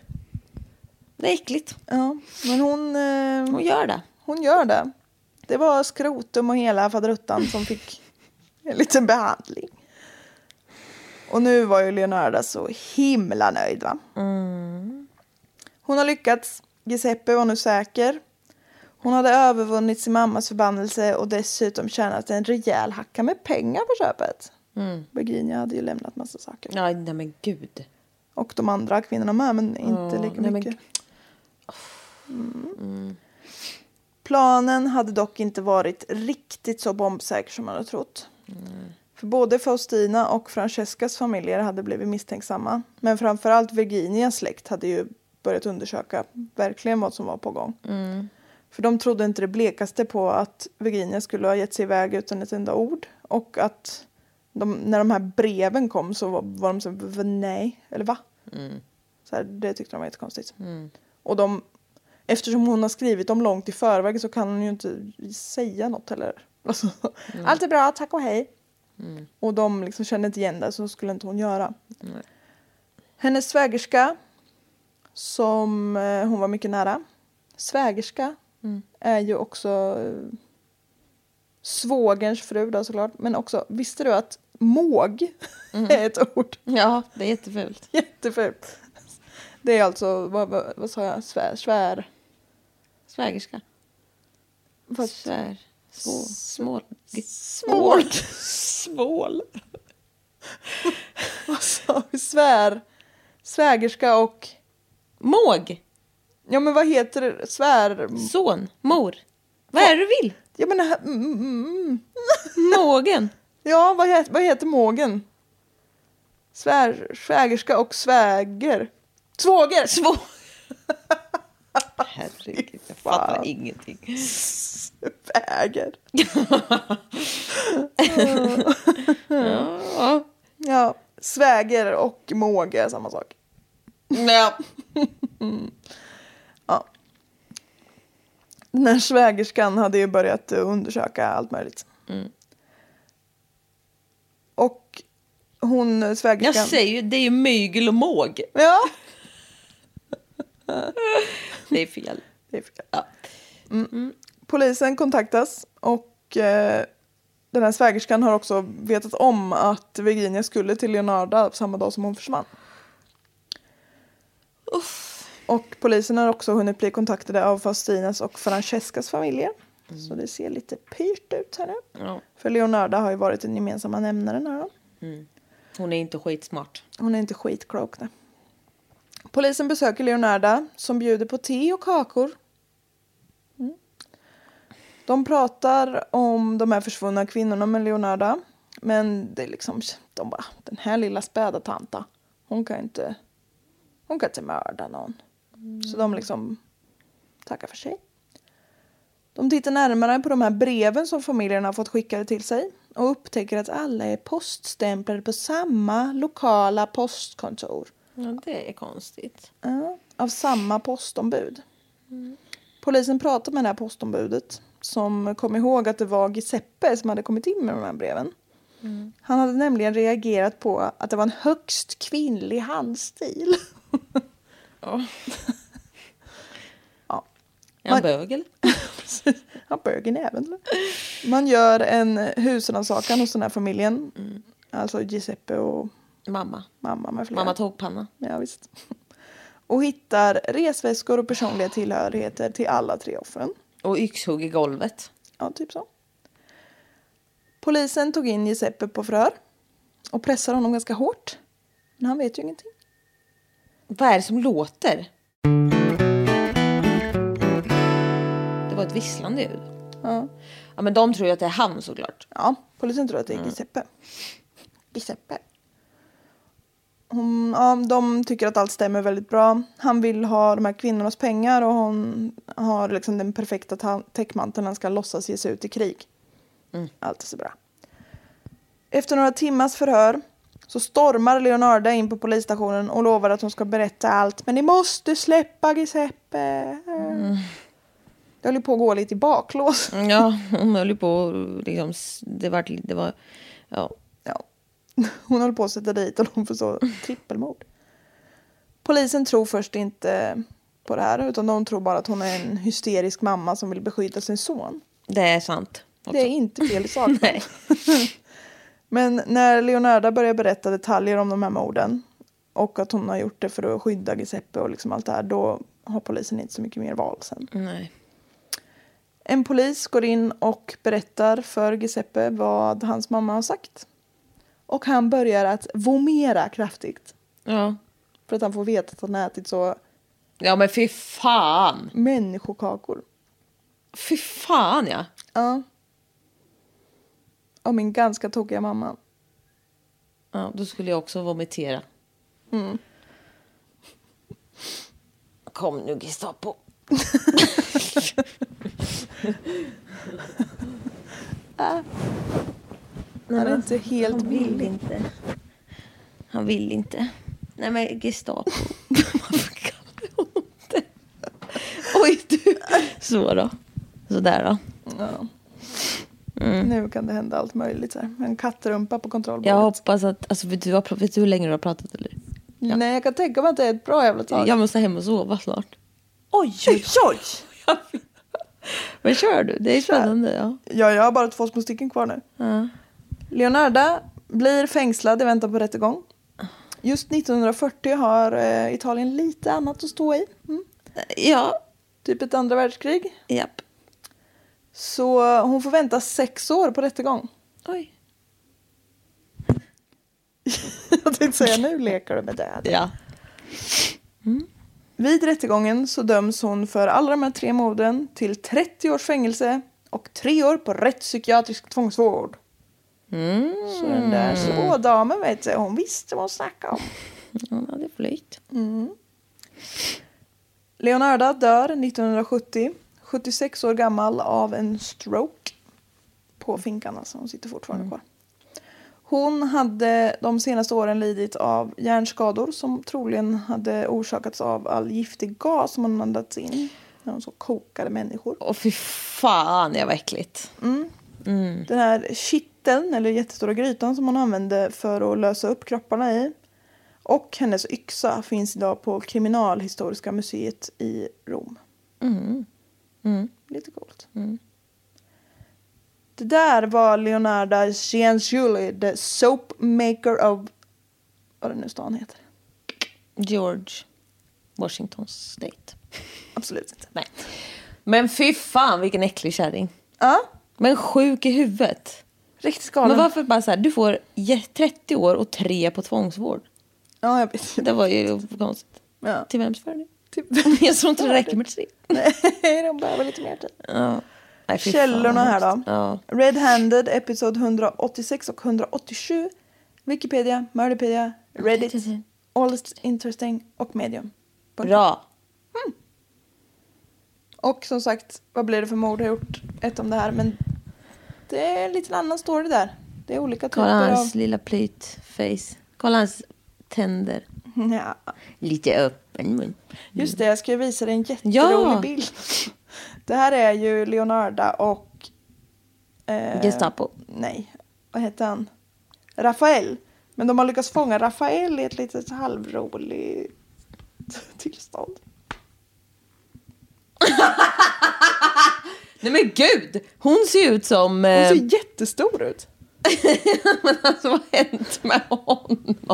[SPEAKER 2] Det är äckligt.
[SPEAKER 1] Ja, men hon... Eh...
[SPEAKER 2] Hon gör det.
[SPEAKER 1] Hon gör det. Det var skrotum och hela faderuttan som fick en liten behandling. Och nu var ju Leonarda så himla nöjd va? Hon har lyckats. Giuseppe var nu säker. Hon hade övervunnit sin mammas förbannelse och dessutom tjänat en rejäl hacka med pengar på köpet. Virginia hade ju lämnat massa saker.
[SPEAKER 2] Ja, nej men gud.
[SPEAKER 1] Och de andra kvinnorna med, men inte
[SPEAKER 2] Ja,
[SPEAKER 1] lika
[SPEAKER 2] nej, men Mm.
[SPEAKER 1] mycket. Mm.
[SPEAKER 2] g-
[SPEAKER 1] Planen hade dock inte varit riktigt så bombsäker som man hade trott. För både Faustina och Francescas familjer hade blivit misstänksamma. Men framförallt Virginias släkt hade ju börjat undersöka verkligen vad som var på gång. För de trodde inte det blekaste på att Virginia skulle ha gett sig iväg utan ett enda ord. Och att de, när de här breven kom så var, var de så här, "V- nej, eller va? Så här, det tyckte de var jättekonstigt. Och de, eftersom hon har skrivit dem långt i förväg så kan hon ju inte säga något heller. (laughs) Alltså, Allt är bra, tack och hej. Och de liksom kände inte igen det så skulle inte hon göra. Hennes svägerska som eh, hon var mycket nära. Svägerska Mm. är ju också eh, svågerns fru då såklart. Men också, visste du att måg (laughs) är ett ord?
[SPEAKER 2] Ja, det är jättefult.
[SPEAKER 1] Jättefult. Det är alltså, vad, vad, vad sa jag, svär, svär. (laughs)
[SPEAKER 2] Svägerska.
[SPEAKER 1] Vad-
[SPEAKER 2] Svär. Svår. Snål.
[SPEAKER 1] Svål.
[SPEAKER 2] (laughs) Svål.
[SPEAKER 1] Vad sa vi? Svär. Svägerska och
[SPEAKER 2] Måg.
[SPEAKER 1] Ja men vad heter det? Svär...
[SPEAKER 2] Son, mor. Vad är det du vill?
[SPEAKER 1] Jag menar... mm, Mm, mm.
[SPEAKER 2] Mågen.
[SPEAKER 1] Ja, vad heter, vad heter mågen? Svär, svägerska och sväger. Svåger! (laughs)
[SPEAKER 2] Svår. Herregud, jag fattar ingenting.
[SPEAKER 1] Sväger.
[SPEAKER 2] Ja.
[SPEAKER 1] (laughs) Ja, sväger och måge är samma sak.
[SPEAKER 2] Ja.
[SPEAKER 1] Den här svägerskan hade ju börjat eh, undersöka allt möjligt.
[SPEAKER 2] Mm.
[SPEAKER 1] Och hon eh, svägerskan...
[SPEAKER 2] Jag säger ju, det är ju mygel och måg.
[SPEAKER 1] Ja,
[SPEAKER 2] Det är fel.
[SPEAKER 1] det är fel. Mm. Polisen kontaktas och eh, den här svägerskan har också vetat om att Virginia skulle till Leonarda samma dag som hon försvann. Och polisen har också hunnit bli kontaktade av Faustinas och Francescas familjer. Så det ser lite pyrt ut här nu.
[SPEAKER 2] Ja.
[SPEAKER 1] För Leonarda har ju varit den gemensamma nämnaren här då.
[SPEAKER 2] Hon är inte skitsmart.
[SPEAKER 1] Hon är inte skitklok nej. Polisen besöker Leonarda som bjuder på te och kakor. Mm. De pratar om de här försvunna kvinnorna med Leonarda. Men det är liksom, de bara, den här lilla späda tanta, hon kan inte, hon kan inte mörda någon. Så de liksom tackar för sig. De tittar närmare på de här breven som familjen har fått skickade till sig och upptäcker att alla är poststämplade på samma lokala postkontor
[SPEAKER 2] Ja, det är konstigt.
[SPEAKER 1] ja, av samma postombud. Polisen pratar med det här postombudet som kom ihåg att det var Giuseppe som hade kommit in med de här breven. Han hade nämligen reagerat på att det var en högst kvinnlig handstil. (laughs)
[SPEAKER 2] Är han bög eller?
[SPEAKER 1] Precis. Han bög i näven. eller? Man gör en husrannsakan hos den här familjen. Alltså Giuseppe och
[SPEAKER 2] Mamma.
[SPEAKER 1] mamma med flera.
[SPEAKER 2] Mamma tågpanna.
[SPEAKER 1] Ja, visst. Och hittar resväskor och personliga tillhörigheter till alla tre offren.
[SPEAKER 2] Och yxhugg i golvet.
[SPEAKER 1] Ja, typ så. Polisen tog in Giuseppe på förhör och pressar honom ganska hårt. Men han vet ju ingenting.
[SPEAKER 2] Vad är det som låter? Det var ett visslande ljud.
[SPEAKER 1] Ja,
[SPEAKER 2] Ja, men de tror ju att det är han såklart.
[SPEAKER 1] ja polisen tror att det är Giuseppe. Giuseppe. Hon, ja, de tycker att allt stämmer väldigt bra. Han vill ha de här kvinnornas pengar och hon har liksom den perfekta ta- täckmanteln han ska låtsas ge sig ut i krig. Allt är så bra. Efter några timmars förhör så stormar Leonarda in på polisstationen och lovar att hon ska berätta allt. Men ni måste släppa Giuseppe. Det höll ju på att gå lite i baklås.
[SPEAKER 2] Ja, hon höll ju på och liksom, s- det var, det var, ja.
[SPEAKER 1] Ja. (laughs) Hon håller på att sätta dit honom för så trippelmord. Polisen tror först inte på det här utan de tror bara att hon är en hysterisk mamma som vill beskydda sin son.
[SPEAKER 2] Det är sant.
[SPEAKER 1] Det är inte fel i saken.
[SPEAKER 2] Nej.
[SPEAKER 1] Men när Leonarda börjar berätta detaljer om de här morden och att hon har gjort det för att skydda Giuseppe och liksom allt det här då har polisen inte så mycket mer val sen.
[SPEAKER 2] Nej.
[SPEAKER 1] En polis går in och berättar för Giuseppe vad hans mamma har sagt. Och han börjar att vomera kraftigt.
[SPEAKER 2] Ja.
[SPEAKER 1] För att han får veta att han har ätit så
[SPEAKER 2] ja, men fy fan.
[SPEAKER 1] människokakor.
[SPEAKER 2] Fy fan ja.
[SPEAKER 1] Ja. Av min ganska tokiga mamma.
[SPEAKER 2] ja. Då skulle jag också vomitera. Mm. Kom nu Gestapo.
[SPEAKER 1] Han är inte helt
[SPEAKER 2] vill
[SPEAKER 1] villig.
[SPEAKER 2] inte. Han vill inte. Nej men Gestapo. (laughs) Varför kallar jag honom det? Oj du. Så då. Sådär då.
[SPEAKER 1] Nu kan det hända allt möjligt. Så här. En kattrumpa på kontrollbordet.
[SPEAKER 2] Jag hoppas att, alltså vet du, vad- vet du hur länge du har pratat eller?
[SPEAKER 1] Nej, jag kan tänka mig att det är ett bra jävla tag.
[SPEAKER 2] Jag måste hem och sova snart.
[SPEAKER 1] Oj, oj, oj!
[SPEAKER 2] Men kör du, det är spännande. Ja.
[SPEAKER 1] Ja, jag har bara två små stycken kvar nu. Leonarda blir fängslad i väntan på rättegång. Just 1940 har eh, Italien lite annat att stå i. Mm.
[SPEAKER 2] ja,
[SPEAKER 1] Typ ett andra världskrig.
[SPEAKER 2] japp.
[SPEAKER 1] Så hon får vänta sex år på rättegång. (laughs)
[SPEAKER 2] Oj.
[SPEAKER 1] Jag tänkte säga nu leker du med döden.
[SPEAKER 2] Ja.
[SPEAKER 1] Mm. Vid rättegången så döms hon för alla de här tre morden till 30 års fängelse och tre år på rättspsykiatrisk tvångsvård. Så den där slådamen vet du, hon visste vad hon snackade om.
[SPEAKER 2] Hon hade flytt.
[SPEAKER 1] Leonarda dör 1970, 76 år gammal av en stroke. På finkan alltså, hon sitter fortfarande kvar. Hon hade de senaste åren lidit av hjärnskador som troligen hade orsakats av all giftig gas som hon andats in när hon så kokade människor.
[SPEAKER 2] Åh fy fan, jag var äckligt.
[SPEAKER 1] Den här kitteln, eller jättestora grytan som hon använde för att lösa upp kropparna i. Och hennes yxa finns idag på Kriminalhistoriska museet i Rom. Lite coolt. Det där var Leonarda Cianciulli, the soap maker of... Vad det nu stan heter.
[SPEAKER 2] George Washington State.
[SPEAKER 1] Absolut inte.
[SPEAKER 2] Nej. Men fy fan vilken äcklig kärring.
[SPEAKER 1] Ja,
[SPEAKER 2] Men sjuk i huvudet.
[SPEAKER 1] riktigt
[SPEAKER 2] Men
[SPEAKER 1] galen.
[SPEAKER 2] varför bara så här, du får je- 30 år och tre på tvångsvård.
[SPEAKER 1] Ja, jag vet.
[SPEAKER 2] Det var ju konstigt.
[SPEAKER 1] Ja.
[SPEAKER 2] Till vems fördel? (laughs)
[SPEAKER 1] Typ.
[SPEAKER 2] Jag tror inte det räcker med tre.
[SPEAKER 1] Nej, de behöver lite mer tid.
[SPEAKER 2] Nej, fy
[SPEAKER 1] Källorna
[SPEAKER 2] fan,
[SPEAKER 1] här då.
[SPEAKER 2] hemskt. Ja.
[SPEAKER 1] Red-handed, episod 186 och 187. Wikipedia, Murderpedia, Reddit, All is interesting och Medium.
[SPEAKER 2] Bra.
[SPEAKER 1] Och som sagt, vad blir det för mord jag gjort? Ett om det här, men det är en liten annan story där. Det är olika
[SPEAKER 2] Kolla
[SPEAKER 1] typer av...
[SPEAKER 2] hans lilla plytface. Kolla hans tänder.
[SPEAKER 1] (laughs) Ja.
[SPEAKER 2] Lite öppen mun.
[SPEAKER 1] Just det, jag ska ju visa dig en jätterolig
[SPEAKER 2] Ja.
[SPEAKER 1] bild. (laughs) Det här är ju Leonarda och... eh,
[SPEAKER 2] Gestapo.
[SPEAKER 1] Nej, vad heter han? Rafael. Men de har lyckats fånga Rafael i ett litet halvroligt (laughs) tillstånd.
[SPEAKER 2] Nej men gud! Hon ser ju ut som...
[SPEAKER 1] Hon
[SPEAKER 2] eh,
[SPEAKER 1] ser jättestor ut.
[SPEAKER 2] Men (laughs) alltså vad har hänt med honom? (laughs)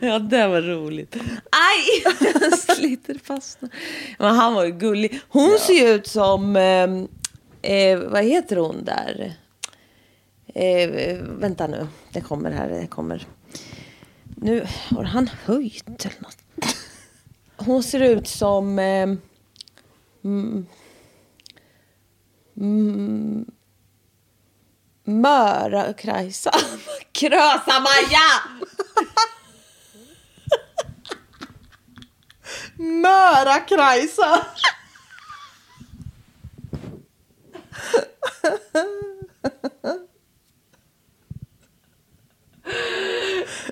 [SPEAKER 2] ja, det var roligt. Aj! Jag sliter fast. Men han var ju gullig. Hon ser ju ut som... Eh, eh, vad heter hon där? Eh, vänta nu. Det kommer här. Det kommer. Nu har han höjt eller något. Hon ser ut som... Eh, mm, mm, Möra Krajsa. (laughs) Krösa Maja!
[SPEAKER 1] Möra Krajsa!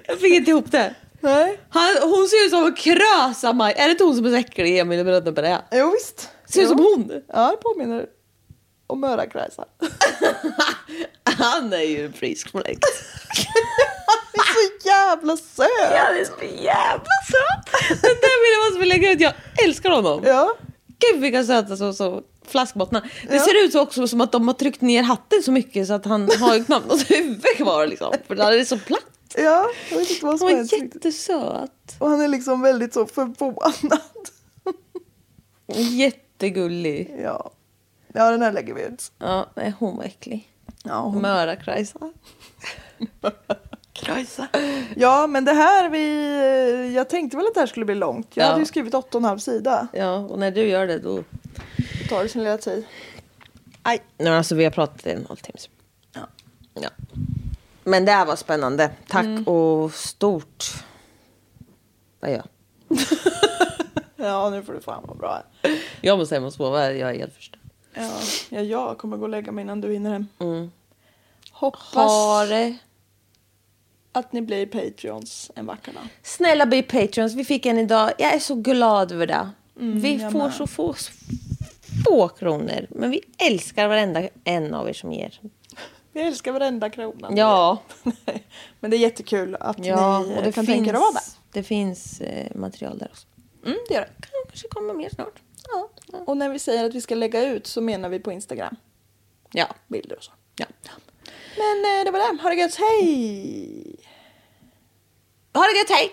[SPEAKER 2] Jag fick inte ihop det.
[SPEAKER 1] Nej.
[SPEAKER 2] Han, hon ser ut som Krösa Maja. Är det inte hon som är så äcklig i Emil i Bröderna
[SPEAKER 1] Jo, visst.
[SPEAKER 2] Ser ut som
[SPEAKER 1] Jo.
[SPEAKER 2] hon. (laughs)
[SPEAKER 1] Ja, det påminner om Möra Krajsa.
[SPEAKER 2] Han är ju
[SPEAKER 1] (laughs)
[SPEAKER 2] frisk fläkt.
[SPEAKER 1] Det är så jävla söt!
[SPEAKER 2] Han är så jävla söt. Den där bilden måste vi lägga ut. Jag älskar honom.
[SPEAKER 1] Ja.
[SPEAKER 2] Gud vilka söta så, så flaskbottnar. Det ser ut så också som att de har tryckt ner hatten så mycket så att han har ju knappt något huvud kvar liksom. För det är så platt.
[SPEAKER 1] Ja, jag vet inte vad som
[SPEAKER 2] Hon
[SPEAKER 1] helst.
[SPEAKER 2] är jättesöt.
[SPEAKER 1] Och han är liksom väldigt så förvånad.
[SPEAKER 2] Jättegullig.
[SPEAKER 1] (laughs) Ja. Ja, den här lägger vi ut.
[SPEAKER 2] Ja, nej, hon var äcklig.
[SPEAKER 1] Ja,
[SPEAKER 2] Möra Krajsa.
[SPEAKER 1] ja, men det här vi... Jag tänkte väl att det här skulle bli långt. Jag
[SPEAKER 2] Ja.
[SPEAKER 1] hade ju skrivit åtta och en halv sida.
[SPEAKER 2] Ja, och när du gör det då...
[SPEAKER 1] Det tar sin lilla tid.
[SPEAKER 2] Aj. Nej, men alltså vi har pratat i en halvtimme. Ja. ja. Men det här var spännande. Tack och stort... Vad gör jag?
[SPEAKER 1] Ja, nu får du fan vara bra.
[SPEAKER 2] Jag måste hem och sova. Jag är helt förstörd.
[SPEAKER 1] Ja, ja, jag kommer gå och lägga mig innan du hinner hem. Hoppas
[SPEAKER 2] Mm. Ha det.
[SPEAKER 1] att ni blir Patreons en vacker dag.
[SPEAKER 2] Snälla bli patrons. Vi fick en idag. Jag är så glad över det. vi
[SPEAKER 1] Mm, jag
[SPEAKER 2] får
[SPEAKER 1] med.
[SPEAKER 2] så få, så få kronor. Men vi älskar varenda en av er som ger.
[SPEAKER 1] Vi älskar varenda krona.
[SPEAKER 2] Ja.
[SPEAKER 1] (laughs) Nej, men det är jättekul att
[SPEAKER 2] Ja,
[SPEAKER 1] ni
[SPEAKER 2] och det
[SPEAKER 1] kan
[SPEAKER 2] finns,
[SPEAKER 1] tänka er att vara där.
[SPEAKER 2] Det finns eh, material där också.
[SPEAKER 1] Mm, det gör det.
[SPEAKER 2] Kanske kommer mer snart.
[SPEAKER 1] Ja. Och när vi säger att vi ska lägga ut så menar vi på Instagram.
[SPEAKER 2] Ja.
[SPEAKER 1] Bilder och så.
[SPEAKER 2] ja.
[SPEAKER 1] Men eh, det var det. Ha det gött. Hej!
[SPEAKER 2] Ha det gött, hej!